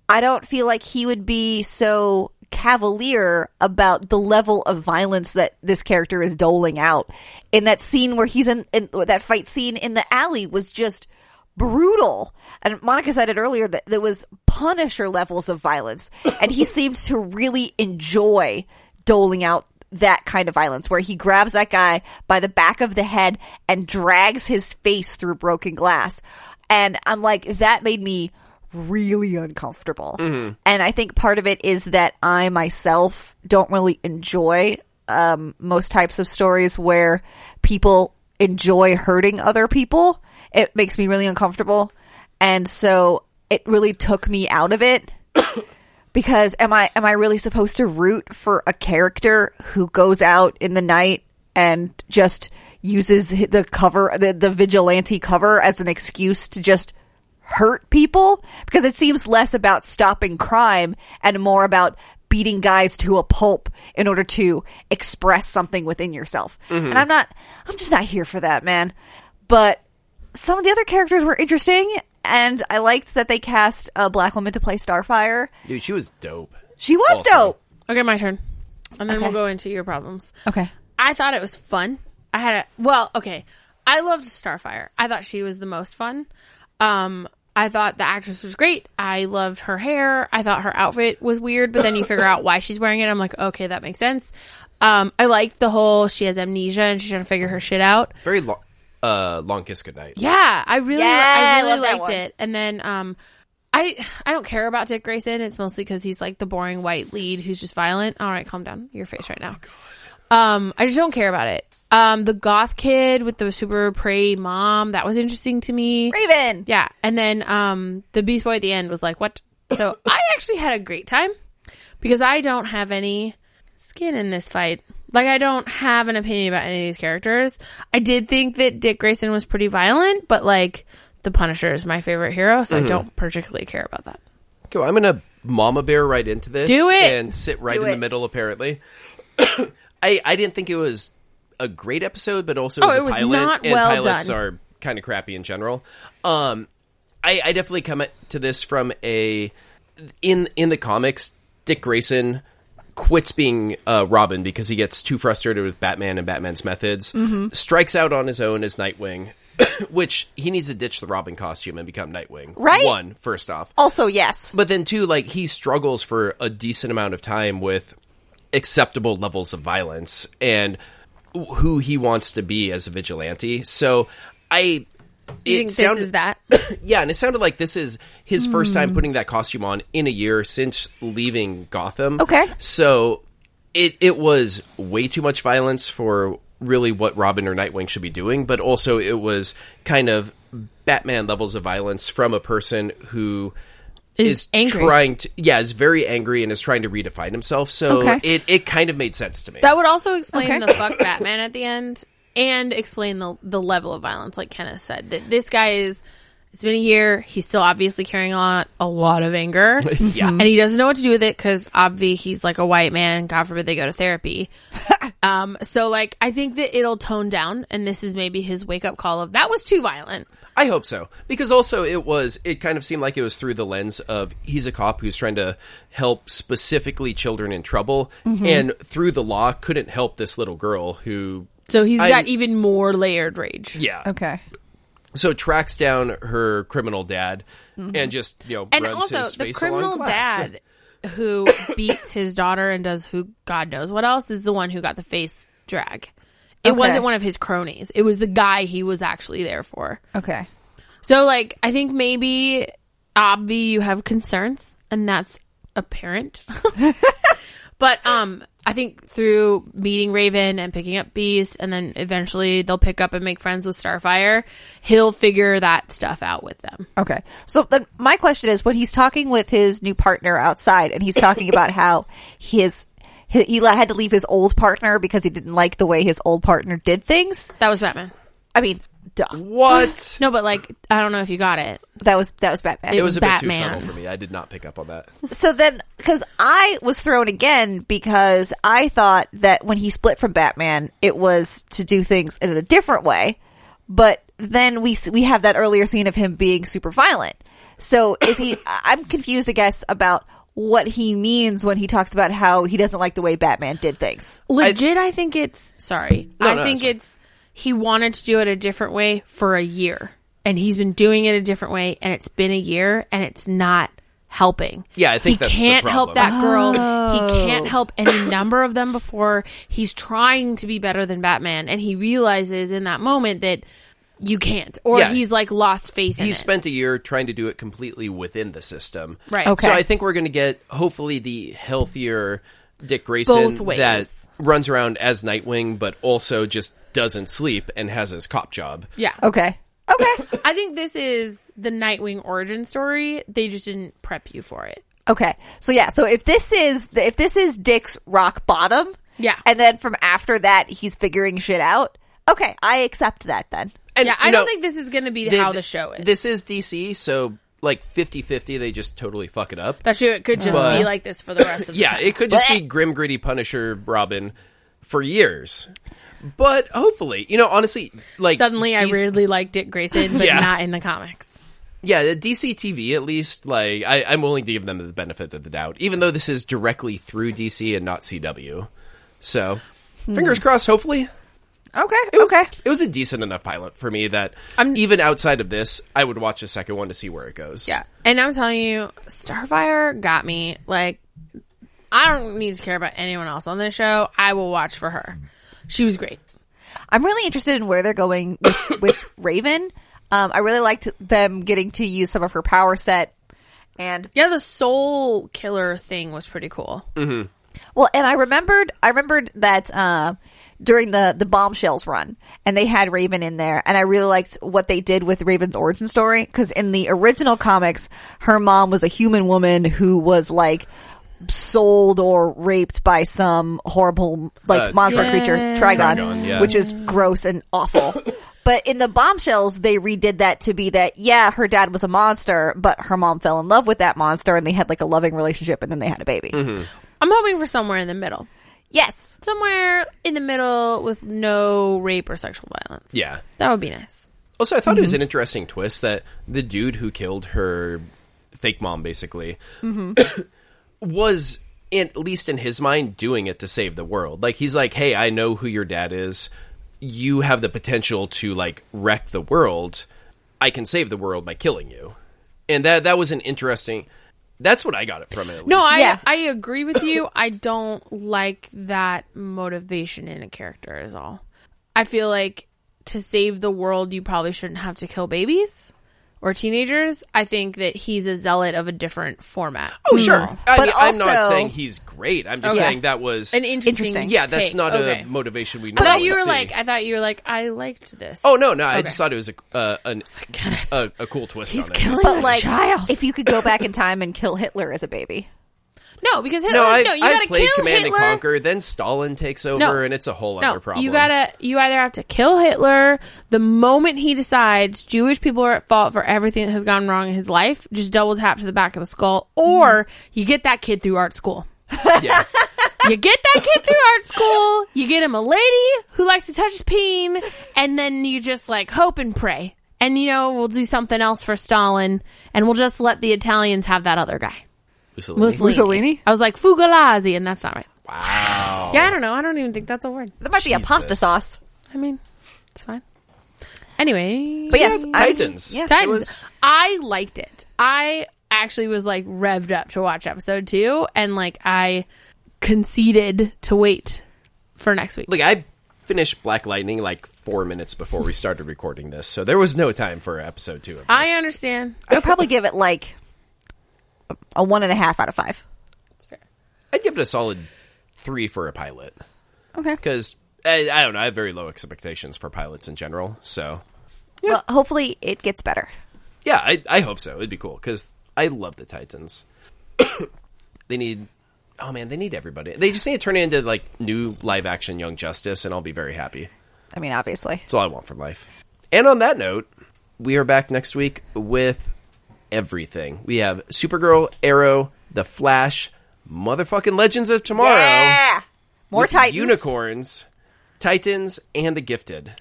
[SPEAKER 2] I don't feel like he would be so cavalier about the level of violence that this character is doling out. In that scene where he's in, in that fight scene in the alley was just brutal. And Monica said it earlier that there was Punisher levels of violence, and he seems to really enjoy doling out that kind of violence where he grabs that guy by the back of the head and drags his face through broken glass. And I'm like, that made me really uncomfortable. And I think part of it is that I myself don't really enjoy um, most types of stories where people enjoy hurting other people. It makes me really uncomfortable. And so it really took me out of it because am I am I really supposed to root for a character who goes out in the night and just uses the cover the, the vigilante cover as an excuse to just hurt people because it seems less about stopping crime and more about beating guys to a pulp in order to express something within yourself. And I'm not I'm just not here for that, man. But some of the other characters were interesting and I liked that they cast a black woman to play Starfire.
[SPEAKER 1] Dude, she was dope.
[SPEAKER 2] She was
[SPEAKER 1] Also-
[SPEAKER 2] dope.
[SPEAKER 3] Okay, my turn. And then
[SPEAKER 2] Okay.
[SPEAKER 3] we'll go into your problems.
[SPEAKER 2] Okay.
[SPEAKER 3] I thought it was fun. I had a well, okay. I loved Starfire. I thought she was the most fun. Um, I thought the actress was great. I loved her hair. I thought her outfit was weird, but then you figure out why she's wearing it. I'm like, okay, that makes sense. Um, I liked the whole she has amnesia and she's trying to figure her shit out.
[SPEAKER 1] Very long, uh, long kiss goodnight.
[SPEAKER 3] Yeah, I really,
[SPEAKER 2] Yeah,
[SPEAKER 3] I
[SPEAKER 2] I
[SPEAKER 3] really
[SPEAKER 2] love that
[SPEAKER 3] liked
[SPEAKER 2] one.
[SPEAKER 3] it. And then, um, I I don't care about Dick Grayson. It's mostly because he's like the boring white lead who's just violent. All right, calm down, your face right now. Um, I just don't care about it. Um, the goth kid with the super prey mom that was interesting to me.
[SPEAKER 2] Raven.
[SPEAKER 3] Yeah, and then um, the Beast Boy at the end was like, "What?" So I actually had a great time because I don't have any skin in this fight. Like I don't have an opinion about any of these characters. I did think that Dick Grayson was pretty violent, but like the Punisher is my favorite hero, so I don't particularly care about that.
[SPEAKER 1] Cool. I'm gonna mama bear right into this.
[SPEAKER 3] Do it!
[SPEAKER 1] and sit right
[SPEAKER 2] Do
[SPEAKER 1] in the
[SPEAKER 2] it.
[SPEAKER 1] middle. Apparently, I I didn't think it was a great episode, but also
[SPEAKER 3] Oh,
[SPEAKER 1] as
[SPEAKER 3] it
[SPEAKER 1] a
[SPEAKER 3] was
[SPEAKER 1] pilot,
[SPEAKER 3] not
[SPEAKER 1] and
[SPEAKER 3] well
[SPEAKER 1] pilots
[SPEAKER 3] done.
[SPEAKER 1] are kind of crappy in general. Um, I I definitely come at- to this from a in in the comics. Dick Grayson quits being uh, Robin because he gets too frustrated with Batman and Batman's methods.
[SPEAKER 3] Mm-hmm.
[SPEAKER 1] Strikes out on his own as Nightwing. Which he needs to ditch the Robin costume and become Nightwing.
[SPEAKER 2] Right?
[SPEAKER 1] One, first off
[SPEAKER 2] Also, yes.
[SPEAKER 1] but then too like he struggles for a decent amount of time with acceptable levels of violence and wh- who he wants to be as a vigilante so i
[SPEAKER 3] You think this is that?
[SPEAKER 1] yeah, and it sounded like this is his first
[SPEAKER 3] Hmm.
[SPEAKER 1] time putting that costume on in a year since leaving Gotham.
[SPEAKER 2] Okay.
[SPEAKER 1] So it it was way too much violence for really what Robin or Nightwing should be doing, but also it was kind of Batman levels of violence from a person who
[SPEAKER 3] Is angry.
[SPEAKER 1] trying to yeah is very angry and is trying to redefine himself. So
[SPEAKER 2] Okay.
[SPEAKER 1] it it kind of made sense to me.
[SPEAKER 3] That would also explain
[SPEAKER 2] Okay.
[SPEAKER 3] the fuck Batman at the end and explain the the level of violence, like Kenneth said. That this guy is it's been a year, he's still obviously carrying on a lot of anger.
[SPEAKER 1] yeah,
[SPEAKER 3] And he doesn't know what to do with it because obvi he's like a white man. God forbid they go to therapy. um, so like I think that it'll tone down, and this is maybe his wake up call of that was too violent.
[SPEAKER 1] I hope so because also it was it kind of seemed like it was through the lens of he's a cop who's trying to help specifically children in trouble
[SPEAKER 3] Mm-hmm.
[SPEAKER 1] and through the law couldn't help this little girl who
[SPEAKER 3] So he's
[SPEAKER 1] I-
[SPEAKER 3] got even more layered rage.
[SPEAKER 1] yeah
[SPEAKER 2] Okay.
[SPEAKER 1] so tracks down her criminal dad and just you know
[SPEAKER 3] Mm-hmm. and
[SPEAKER 1] runs
[SPEAKER 3] also
[SPEAKER 1] his
[SPEAKER 3] the
[SPEAKER 1] face
[SPEAKER 3] criminal
[SPEAKER 1] along glass.
[SPEAKER 3] dad who beats his daughter and does who god knows what else is the one who got the face drag it
[SPEAKER 2] Okay.
[SPEAKER 3] wasn't one of his cronies it was the guy he was actually there for
[SPEAKER 2] Okay.
[SPEAKER 3] so like i think maybe obvi you have concerns and that's apparent but um i think through meeting raven and picking up beast and then eventually they'll pick up and make friends with starfire he'll figure that stuff out with them
[SPEAKER 2] Okay. So then my question is when he's talking with his new partner outside and he's talking about how his he, he la- had to leave his old partner because he didn't like the way his old partner did things.
[SPEAKER 3] that was batman
[SPEAKER 2] I mean, duh.
[SPEAKER 1] what
[SPEAKER 3] no but like i don't know if you got it
[SPEAKER 2] That was that was Batman.
[SPEAKER 1] it was a bit too
[SPEAKER 3] Batman.
[SPEAKER 1] subtle for me I did not pick up on that
[SPEAKER 2] so then because i was thrown again because i thought that when he split from batman it was to do things in a different way but then we s- we have that earlier scene of him being super violent so is he I- i'm confused i guess about what he means when he talks about how he doesn't like the way batman did things
[SPEAKER 3] Legit, I, think it's sorry.
[SPEAKER 1] No,
[SPEAKER 3] I
[SPEAKER 1] no,
[SPEAKER 3] think
[SPEAKER 1] it's fine.
[SPEAKER 3] it's he wanted to do it a different way for a year, and he's been doing it a different way, and it's been a year, and it's not helping.
[SPEAKER 1] Yeah, I think
[SPEAKER 3] he
[SPEAKER 1] that's the
[SPEAKER 3] can't help
[SPEAKER 1] problem.
[SPEAKER 3] that girl. He can't help any number of them before he's trying to be better than Batman, and he realizes in that moment that you can't, or
[SPEAKER 1] Yeah.
[SPEAKER 3] he's like lost faith. in
[SPEAKER 1] he
[SPEAKER 3] it.
[SPEAKER 1] spent a year trying to do it completely within the system.
[SPEAKER 3] Right.
[SPEAKER 2] Okay.
[SPEAKER 1] So I think we're going to get hopefully the healthier Dick Grayson
[SPEAKER 3] Both ways.
[SPEAKER 1] that runs around as Nightwing, but also just doesn't sleep and has his cop job.
[SPEAKER 3] yeah.
[SPEAKER 2] okay okay
[SPEAKER 3] I think this is the Nightwing origin story. They just didn't prep you for it.
[SPEAKER 2] Okay. So yeah, so if this is if this is Dick's rock bottom,
[SPEAKER 3] Yeah.
[SPEAKER 2] and then from after that he's figuring shit out. Okay, I accept that then.
[SPEAKER 1] And,
[SPEAKER 3] Yeah, I
[SPEAKER 1] you
[SPEAKER 3] don't
[SPEAKER 1] know,
[SPEAKER 3] think this is going to be
[SPEAKER 1] th-
[SPEAKER 3] how the show is.
[SPEAKER 1] This is DC, so like 50-50, they just totally fuck it up.
[SPEAKER 3] That show it could just
[SPEAKER 1] But-
[SPEAKER 3] be like this for the rest of the
[SPEAKER 1] Yeah,
[SPEAKER 3] time.
[SPEAKER 1] it could just be
[SPEAKER 2] Blech.
[SPEAKER 1] grim gritty Punisher Robin for years. But hopefully, you know, honestly, like
[SPEAKER 3] Suddenly, I
[SPEAKER 1] DC
[SPEAKER 3] really like Dick Grayson, but
[SPEAKER 1] Yeah.
[SPEAKER 3] not in the comics.
[SPEAKER 1] yeah, the DC TV at least, like I, I'm willing to give them the benefit of the doubt, even though this is directly through DC and not CW. So, fingers crossed. Hopefully,
[SPEAKER 2] Okay.
[SPEAKER 1] it was,
[SPEAKER 2] okay.
[SPEAKER 1] It was a decent enough pilot for me that
[SPEAKER 3] I'm-
[SPEAKER 1] even outside of this, I would watch a second one to see where it goes.
[SPEAKER 3] and I'm telling you, Starfire got me. Like, I don't need to care about anyone else on this show. I will watch for her. She was great.
[SPEAKER 2] I'm really interested in where they're going with, with Raven. Um, I really liked them getting to use some of her power set, and
[SPEAKER 3] Yeah, the soul killer thing was pretty cool.
[SPEAKER 1] Mm.
[SPEAKER 2] Well, and I remembered, I remembered that uh, during the the bombshells run, and they had Raven in there, and I really liked what they did with Raven's origin story because in the original comics, her mom was a human woman who was like sold or raped by some horrible like
[SPEAKER 1] Uh,
[SPEAKER 2] monster
[SPEAKER 1] Trigon.
[SPEAKER 2] creature Trigon,
[SPEAKER 1] Trigon, yeah.
[SPEAKER 2] which is gross and awful. But in the bombshells, they redid that to be that, yeah, her dad was a monster, but her mom fell in love with that monster and they had like a loving relationship and then they had a baby.
[SPEAKER 1] Mm-hmm.
[SPEAKER 3] I'm hoping for somewhere in the middle.
[SPEAKER 2] Yes.
[SPEAKER 3] Somewhere in the middle with no rape or sexual violence.
[SPEAKER 1] yeah.
[SPEAKER 3] That would be nice.
[SPEAKER 1] Also, I thought
[SPEAKER 3] Mm-hmm.
[SPEAKER 1] it was an interesting twist that the dude who killed her fake mom basically
[SPEAKER 3] Mm-hmm.
[SPEAKER 1] was at least in his mind doing it to save the world. Like he's like, "Hey, I know who your dad is. You have the potential to like wreck the world. I can save the world by killing you." And that that was an interesting that's what I got it from it. at
[SPEAKER 3] No,
[SPEAKER 1] least.
[SPEAKER 3] I
[SPEAKER 2] Yeah.
[SPEAKER 3] I agree with you. I don't like that motivation in a character is all. I feel like to save the world you probably shouldn't have to kill babies. or teenagers, I think that he's a zealot of a different format.
[SPEAKER 1] Oh, sure. I
[SPEAKER 2] But
[SPEAKER 1] mean, I'm not
[SPEAKER 2] also-
[SPEAKER 1] saying he's great. I'm just
[SPEAKER 3] Mm. Okay.
[SPEAKER 1] saying that was.
[SPEAKER 3] An interesting,
[SPEAKER 2] Interesting.
[SPEAKER 1] yeah, that's
[SPEAKER 3] take.
[SPEAKER 1] not
[SPEAKER 3] Okay.
[SPEAKER 1] a motivation we
[SPEAKER 3] I
[SPEAKER 1] normally
[SPEAKER 3] thought you were
[SPEAKER 1] see.
[SPEAKER 3] like I thought you were like I liked this.
[SPEAKER 1] oh no, no, I just
[SPEAKER 3] Okay.
[SPEAKER 1] thought it was a uh, an, a, a cool twist. on it.
[SPEAKER 2] But like, if you could go back in time and kill Hitler as a baby,
[SPEAKER 3] no, because Hitler,
[SPEAKER 1] No,
[SPEAKER 3] no,
[SPEAKER 1] I,
[SPEAKER 3] you
[SPEAKER 1] I
[SPEAKER 3] gotta
[SPEAKER 1] played
[SPEAKER 3] kill
[SPEAKER 1] Command
[SPEAKER 3] Hitler.
[SPEAKER 1] and Conquer. Then Stalin takes over,
[SPEAKER 3] No.
[SPEAKER 1] and it's a whole
[SPEAKER 3] No,
[SPEAKER 1] other problem.
[SPEAKER 3] you gotta you either have to kill Hitler the moment he decides Jewish people are at fault for everything that has gone wrong in his life, just double tap to the back of the skull, or you get that kid through art school.
[SPEAKER 1] Yeah.
[SPEAKER 3] you get that kid through art school, you get him a lady who likes to touch his peen, and then you just like hope and pray. And you know, we'll do something else for Stalin, and we'll just let the Italians have that other guy.
[SPEAKER 1] Mussolini. Oh.
[SPEAKER 3] Mussolini.
[SPEAKER 2] Mussolini?
[SPEAKER 3] I was like, Fugalazzi, and that's not right.
[SPEAKER 1] Wow.
[SPEAKER 3] Yeah, I don't know. I don't even think that's a word.
[SPEAKER 2] that might be a pasta
[SPEAKER 1] Jesus.
[SPEAKER 2] sauce.
[SPEAKER 3] I mean, it's fine. Anyway,
[SPEAKER 2] But yes, I-
[SPEAKER 1] Titans.
[SPEAKER 2] yeah.
[SPEAKER 3] Titans.
[SPEAKER 1] It was-
[SPEAKER 3] I liked it. I actually was like revved up to watch episode two, and like I conceded to wait for next week.
[SPEAKER 1] Like I finished Black Lightning like four minutes before we started recording this, so there was no time for episode two of this.
[SPEAKER 3] I understand.
[SPEAKER 2] I would probably give it like a one and a half out of five.
[SPEAKER 3] That's fair.
[SPEAKER 1] I'd give it a solid three for a pilot
[SPEAKER 2] Okay.
[SPEAKER 1] because I, I don't know. I have very low expectations for pilots in general, so
[SPEAKER 2] Well, hopefully it gets better.
[SPEAKER 1] Yeah, I, I hope so. It'd be cool because I love the Titans. they need, oh man, they need everybody. They just need to turn it into like new live action Young Justice, and I'll be very happy.
[SPEAKER 2] I mean, obviously.
[SPEAKER 1] That's all I want from life. And on that note, we are back next week with everything. We have Supergirl, Arrow, The Flash, motherfucking Legends of Tomorrow,
[SPEAKER 2] Yeah. More
[SPEAKER 1] with
[SPEAKER 2] Titans.
[SPEAKER 1] unicorns, Titans, and The Gifted,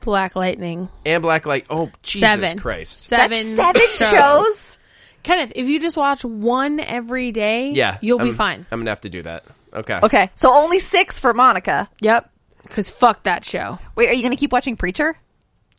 [SPEAKER 3] Black Lightning.
[SPEAKER 1] and Blacklight. Oh Jesus
[SPEAKER 3] seven.
[SPEAKER 1] Christ!
[SPEAKER 2] That's
[SPEAKER 3] Seven.
[SPEAKER 2] seven shows.
[SPEAKER 3] Kenneth, if you just watch one every day,
[SPEAKER 1] Yeah, um,
[SPEAKER 3] you'll be
[SPEAKER 1] I'm-
[SPEAKER 3] fine.
[SPEAKER 1] I'm gonna have to do that. Okay.
[SPEAKER 2] Okay, so only six for Monica.
[SPEAKER 3] Yep. Because fuck that show.
[SPEAKER 2] Wait, are you going to keep watching Preacher?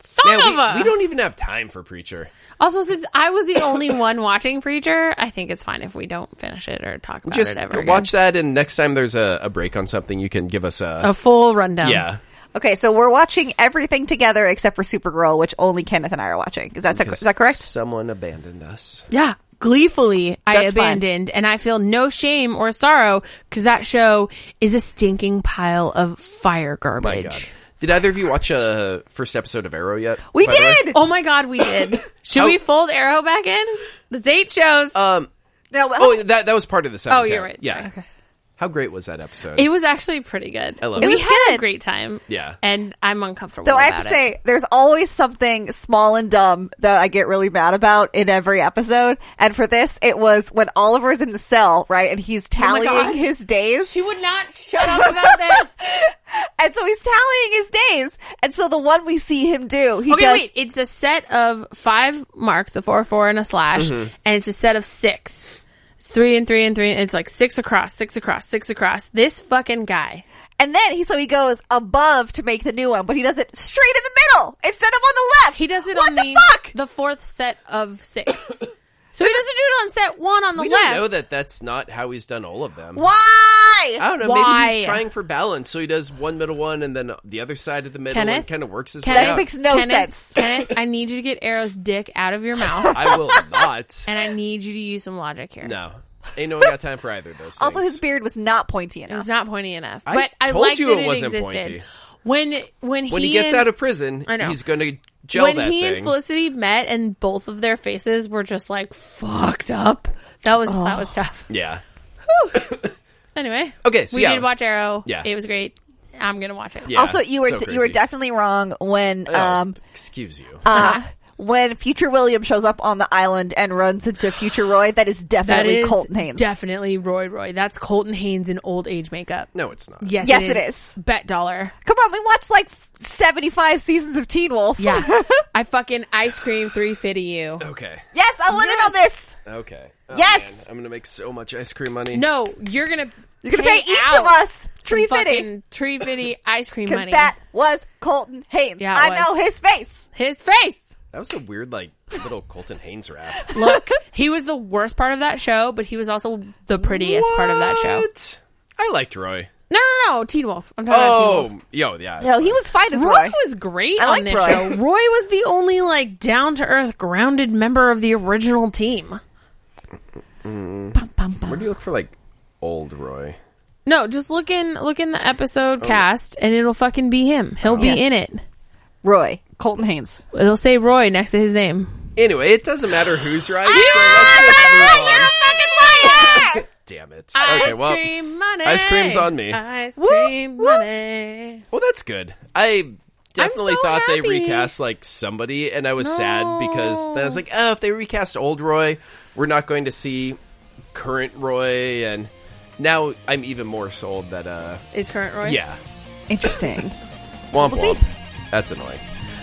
[SPEAKER 3] Son
[SPEAKER 1] Man,
[SPEAKER 3] of a.
[SPEAKER 1] we, we don't even have time for Preacher.
[SPEAKER 3] also, since I was the only one watching Preacher, I think it's fine if we don't finish it or talk about
[SPEAKER 1] Just
[SPEAKER 3] it ever.
[SPEAKER 1] watch
[SPEAKER 3] again.
[SPEAKER 1] that, and next time there's a, a break on something, you can give us a.
[SPEAKER 3] a full rundown.
[SPEAKER 1] yeah.
[SPEAKER 2] Okay, so we're watching everything together except for Supergirl, which only Kenneth and I are watching. Is that is that correct?
[SPEAKER 1] Someone abandoned us.
[SPEAKER 3] Yeah. Gleefully, I
[SPEAKER 2] That's fine.
[SPEAKER 3] abandoned, and I feel no shame or sorrow because that show is a stinking pile of fire
[SPEAKER 1] My
[SPEAKER 3] garbage.
[SPEAKER 1] God. Did either of you watch a first episode of Arrow yet?
[SPEAKER 2] We
[SPEAKER 1] by the way?
[SPEAKER 2] did.
[SPEAKER 3] Oh my god, we did. Should
[SPEAKER 1] How-
[SPEAKER 3] we fold Arrow back in? That's eight shows.
[SPEAKER 2] No,
[SPEAKER 1] Oh, that that was part of the second.
[SPEAKER 3] Oh, you're
[SPEAKER 1] count.
[SPEAKER 3] right.
[SPEAKER 1] Yeah. How great was that episode?
[SPEAKER 3] It was actually pretty good.
[SPEAKER 1] I love
[SPEAKER 3] we
[SPEAKER 1] it.
[SPEAKER 2] It was
[SPEAKER 3] had a
[SPEAKER 2] good.
[SPEAKER 3] great time.
[SPEAKER 1] Yeah.
[SPEAKER 3] And I'm uncomfortable.
[SPEAKER 2] Though I have
[SPEAKER 3] about
[SPEAKER 2] to
[SPEAKER 3] it.
[SPEAKER 2] say, there's always something small and dumb that I get really mad about in every episode. And for this, it was when Oliver's in the cell, right? And he's tallying
[SPEAKER 3] Oh God.
[SPEAKER 2] his days.
[SPEAKER 3] she would not shut up about this.
[SPEAKER 2] And so he's tallying his days. And so the one we see him do, he
[SPEAKER 3] Okay,
[SPEAKER 2] does.
[SPEAKER 3] wait. It's a set of five marks, the four, four, and a slash, and it's a set of six. It's three and three and three. And it's like six across, six across, six across. This fucking guy.
[SPEAKER 2] And then he, so he goes above to make the new one, but he does it straight in the middle instead of on the left.
[SPEAKER 3] He does it
[SPEAKER 2] what
[SPEAKER 3] on
[SPEAKER 2] the,
[SPEAKER 3] the
[SPEAKER 2] fuck?
[SPEAKER 3] the fourth set of six. So he doesn't do it on set one on the
[SPEAKER 1] we
[SPEAKER 3] left.
[SPEAKER 1] don't know that that's not how he's done all of them.
[SPEAKER 2] Why?
[SPEAKER 1] I don't know. Maybe
[SPEAKER 3] Why?
[SPEAKER 1] he's trying for balance, so he does one middle one and then the other side of the middle,
[SPEAKER 3] Kenneth?
[SPEAKER 1] and kind of works his
[SPEAKER 3] Kenneth?
[SPEAKER 1] way
[SPEAKER 2] That
[SPEAKER 1] up.
[SPEAKER 2] makes no
[SPEAKER 3] Kenneth,
[SPEAKER 2] sense.
[SPEAKER 3] Kenneth, I need you to get Arrow's dick out of your mouth,
[SPEAKER 1] I will not.
[SPEAKER 3] and I need you to use some logic here.
[SPEAKER 1] no, ain't no one got time for either of those.
[SPEAKER 2] Also,
[SPEAKER 1] things.
[SPEAKER 2] his beard was not pointy
[SPEAKER 3] It was
[SPEAKER 2] enough.
[SPEAKER 3] not pointy enough.
[SPEAKER 1] I
[SPEAKER 3] but I
[SPEAKER 1] told
[SPEAKER 3] liked
[SPEAKER 1] you
[SPEAKER 3] that
[SPEAKER 1] it
[SPEAKER 3] it,
[SPEAKER 1] wasn't
[SPEAKER 3] existed.
[SPEAKER 1] pointy.
[SPEAKER 3] When when he,
[SPEAKER 1] when he, gets
[SPEAKER 3] and,
[SPEAKER 1] out of prison,
[SPEAKER 3] I know.
[SPEAKER 1] he's going to gel
[SPEAKER 3] when
[SPEAKER 1] that
[SPEAKER 3] he
[SPEAKER 1] thing.
[SPEAKER 3] and Felicity met and both of their faces were just like fucked up. That was that was tough.
[SPEAKER 1] yeah.
[SPEAKER 3] Anyway,
[SPEAKER 1] Okay, so
[SPEAKER 3] we
[SPEAKER 1] yeah.
[SPEAKER 3] did watch Arrow.
[SPEAKER 1] Yeah.
[SPEAKER 3] it was great. I'm gonna watch it.
[SPEAKER 1] Yeah.
[SPEAKER 2] also, you were
[SPEAKER 1] so
[SPEAKER 2] you were
[SPEAKER 1] crazy.
[SPEAKER 2] definitely wrong when
[SPEAKER 1] Oh,
[SPEAKER 2] um
[SPEAKER 1] excuse you.
[SPEAKER 2] uh, when Future William shows up on the island and runs into Future Roy. That is
[SPEAKER 3] That
[SPEAKER 2] definitely
[SPEAKER 3] is
[SPEAKER 2] Colton Haynes.
[SPEAKER 3] definitely Roy Roy. That's Colton Haynes in old age makeup.
[SPEAKER 1] no, it's not.
[SPEAKER 3] Yes,
[SPEAKER 2] Yes,
[SPEAKER 3] it,
[SPEAKER 2] it
[SPEAKER 3] is. Bet dollar.
[SPEAKER 2] Come on, we watched like seventy five seasons of Teen Wolf.
[SPEAKER 3] Yeah, I fucking ice cream three fifty you.
[SPEAKER 1] Okay.
[SPEAKER 2] yes, I want in on this.
[SPEAKER 1] Okay. Oh,
[SPEAKER 2] Yes!
[SPEAKER 1] man, I'm going to make so much ice cream money.
[SPEAKER 3] No, you're gonna
[SPEAKER 2] You're gonna pay each
[SPEAKER 3] out
[SPEAKER 2] of us
[SPEAKER 3] some
[SPEAKER 2] tree fitting
[SPEAKER 3] fucking tree fitty ice cream
[SPEAKER 2] because
[SPEAKER 3] money.
[SPEAKER 2] that was Colton Haynes.
[SPEAKER 3] Yeah, it
[SPEAKER 2] I
[SPEAKER 3] was.
[SPEAKER 2] know his face.
[SPEAKER 3] His face.
[SPEAKER 1] That was a weird, like, little Colton Haynes rap.
[SPEAKER 3] Look, he was the worst part of that show, but he was also the prettiest part of that show.
[SPEAKER 1] What? I liked Roy.
[SPEAKER 3] No, no, no, Teen Wolf. I'm talking about Teen Wolf.
[SPEAKER 1] Oh, yo, yeah.
[SPEAKER 2] No, he was fine as
[SPEAKER 3] Roy,
[SPEAKER 2] Roy.
[SPEAKER 3] was great
[SPEAKER 2] I
[SPEAKER 3] on
[SPEAKER 2] liked
[SPEAKER 3] this
[SPEAKER 2] Roy.
[SPEAKER 3] show. Roy was the only like down to earth, grounded member of the original team. Bum, bum, bum.
[SPEAKER 1] Where do you look for like old Roy?
[SPEAKER 3] No, just look in look in the episode
[SPEAKER 1] Oh.
[SPEAKER 3] cast, and it'll fucking be him. He'll be
[SPEAKER 2] Yeah.
[SPEAKER 3] in it.
[SPEAKER 2] Roy Colton Haynes.
[SPEAKER 3] It'll say Roy next to his name.
[SPEAKER 1] Anyway, it doesn't matter who's right. so let's just move on. Damn it. okay, well,
[SPEAKER 3] money.
[SPEAKER 1] ice cream's on me.
[SPEAKER 3] Ice
[SPEAKER 2] Woo,
[SPEAKER 3] cream
[SPEAKER 2] woo.
[SPEAKER 3] money.
[SPEAKER 1] well, that's good. I definitely
[SPEAKER 3] so
[SPEAKER 1] thought
[SPEAKER 3] happy.
[SPEAKER 1] they recast like somebody, and I was sad because then I was like, oh, if they recast old Roy, we're not going to see current Roy, and now I'm even more sold that, uh,
[SPEAKER 3] It's current Roy.
[SPEAKER 1] yeah,
[SPEAKER 2] Interesting.
[SPEAKER 1] womp
[SPEAKER 2] We'll see.
[SPEAKER 1] womp. That's annoying.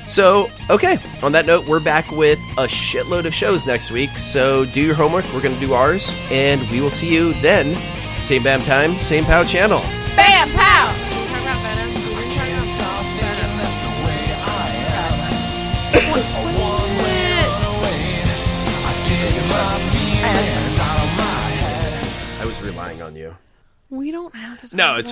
[SPEAKER 1] So, okay, on that note, we're back with a shitload of shows next week. So, do your homework. We're going to do ours, and we will see you then. Same BAM time, same POW channel.
[SPEAKER 2] Bam pow.
[SPEAKER 3] Talk about Venom. We're talking about
[SPEAKER 1] I was relying on you.
[SPEAKER 3] We don't have to. talk
[SPEAKER 1] No, it's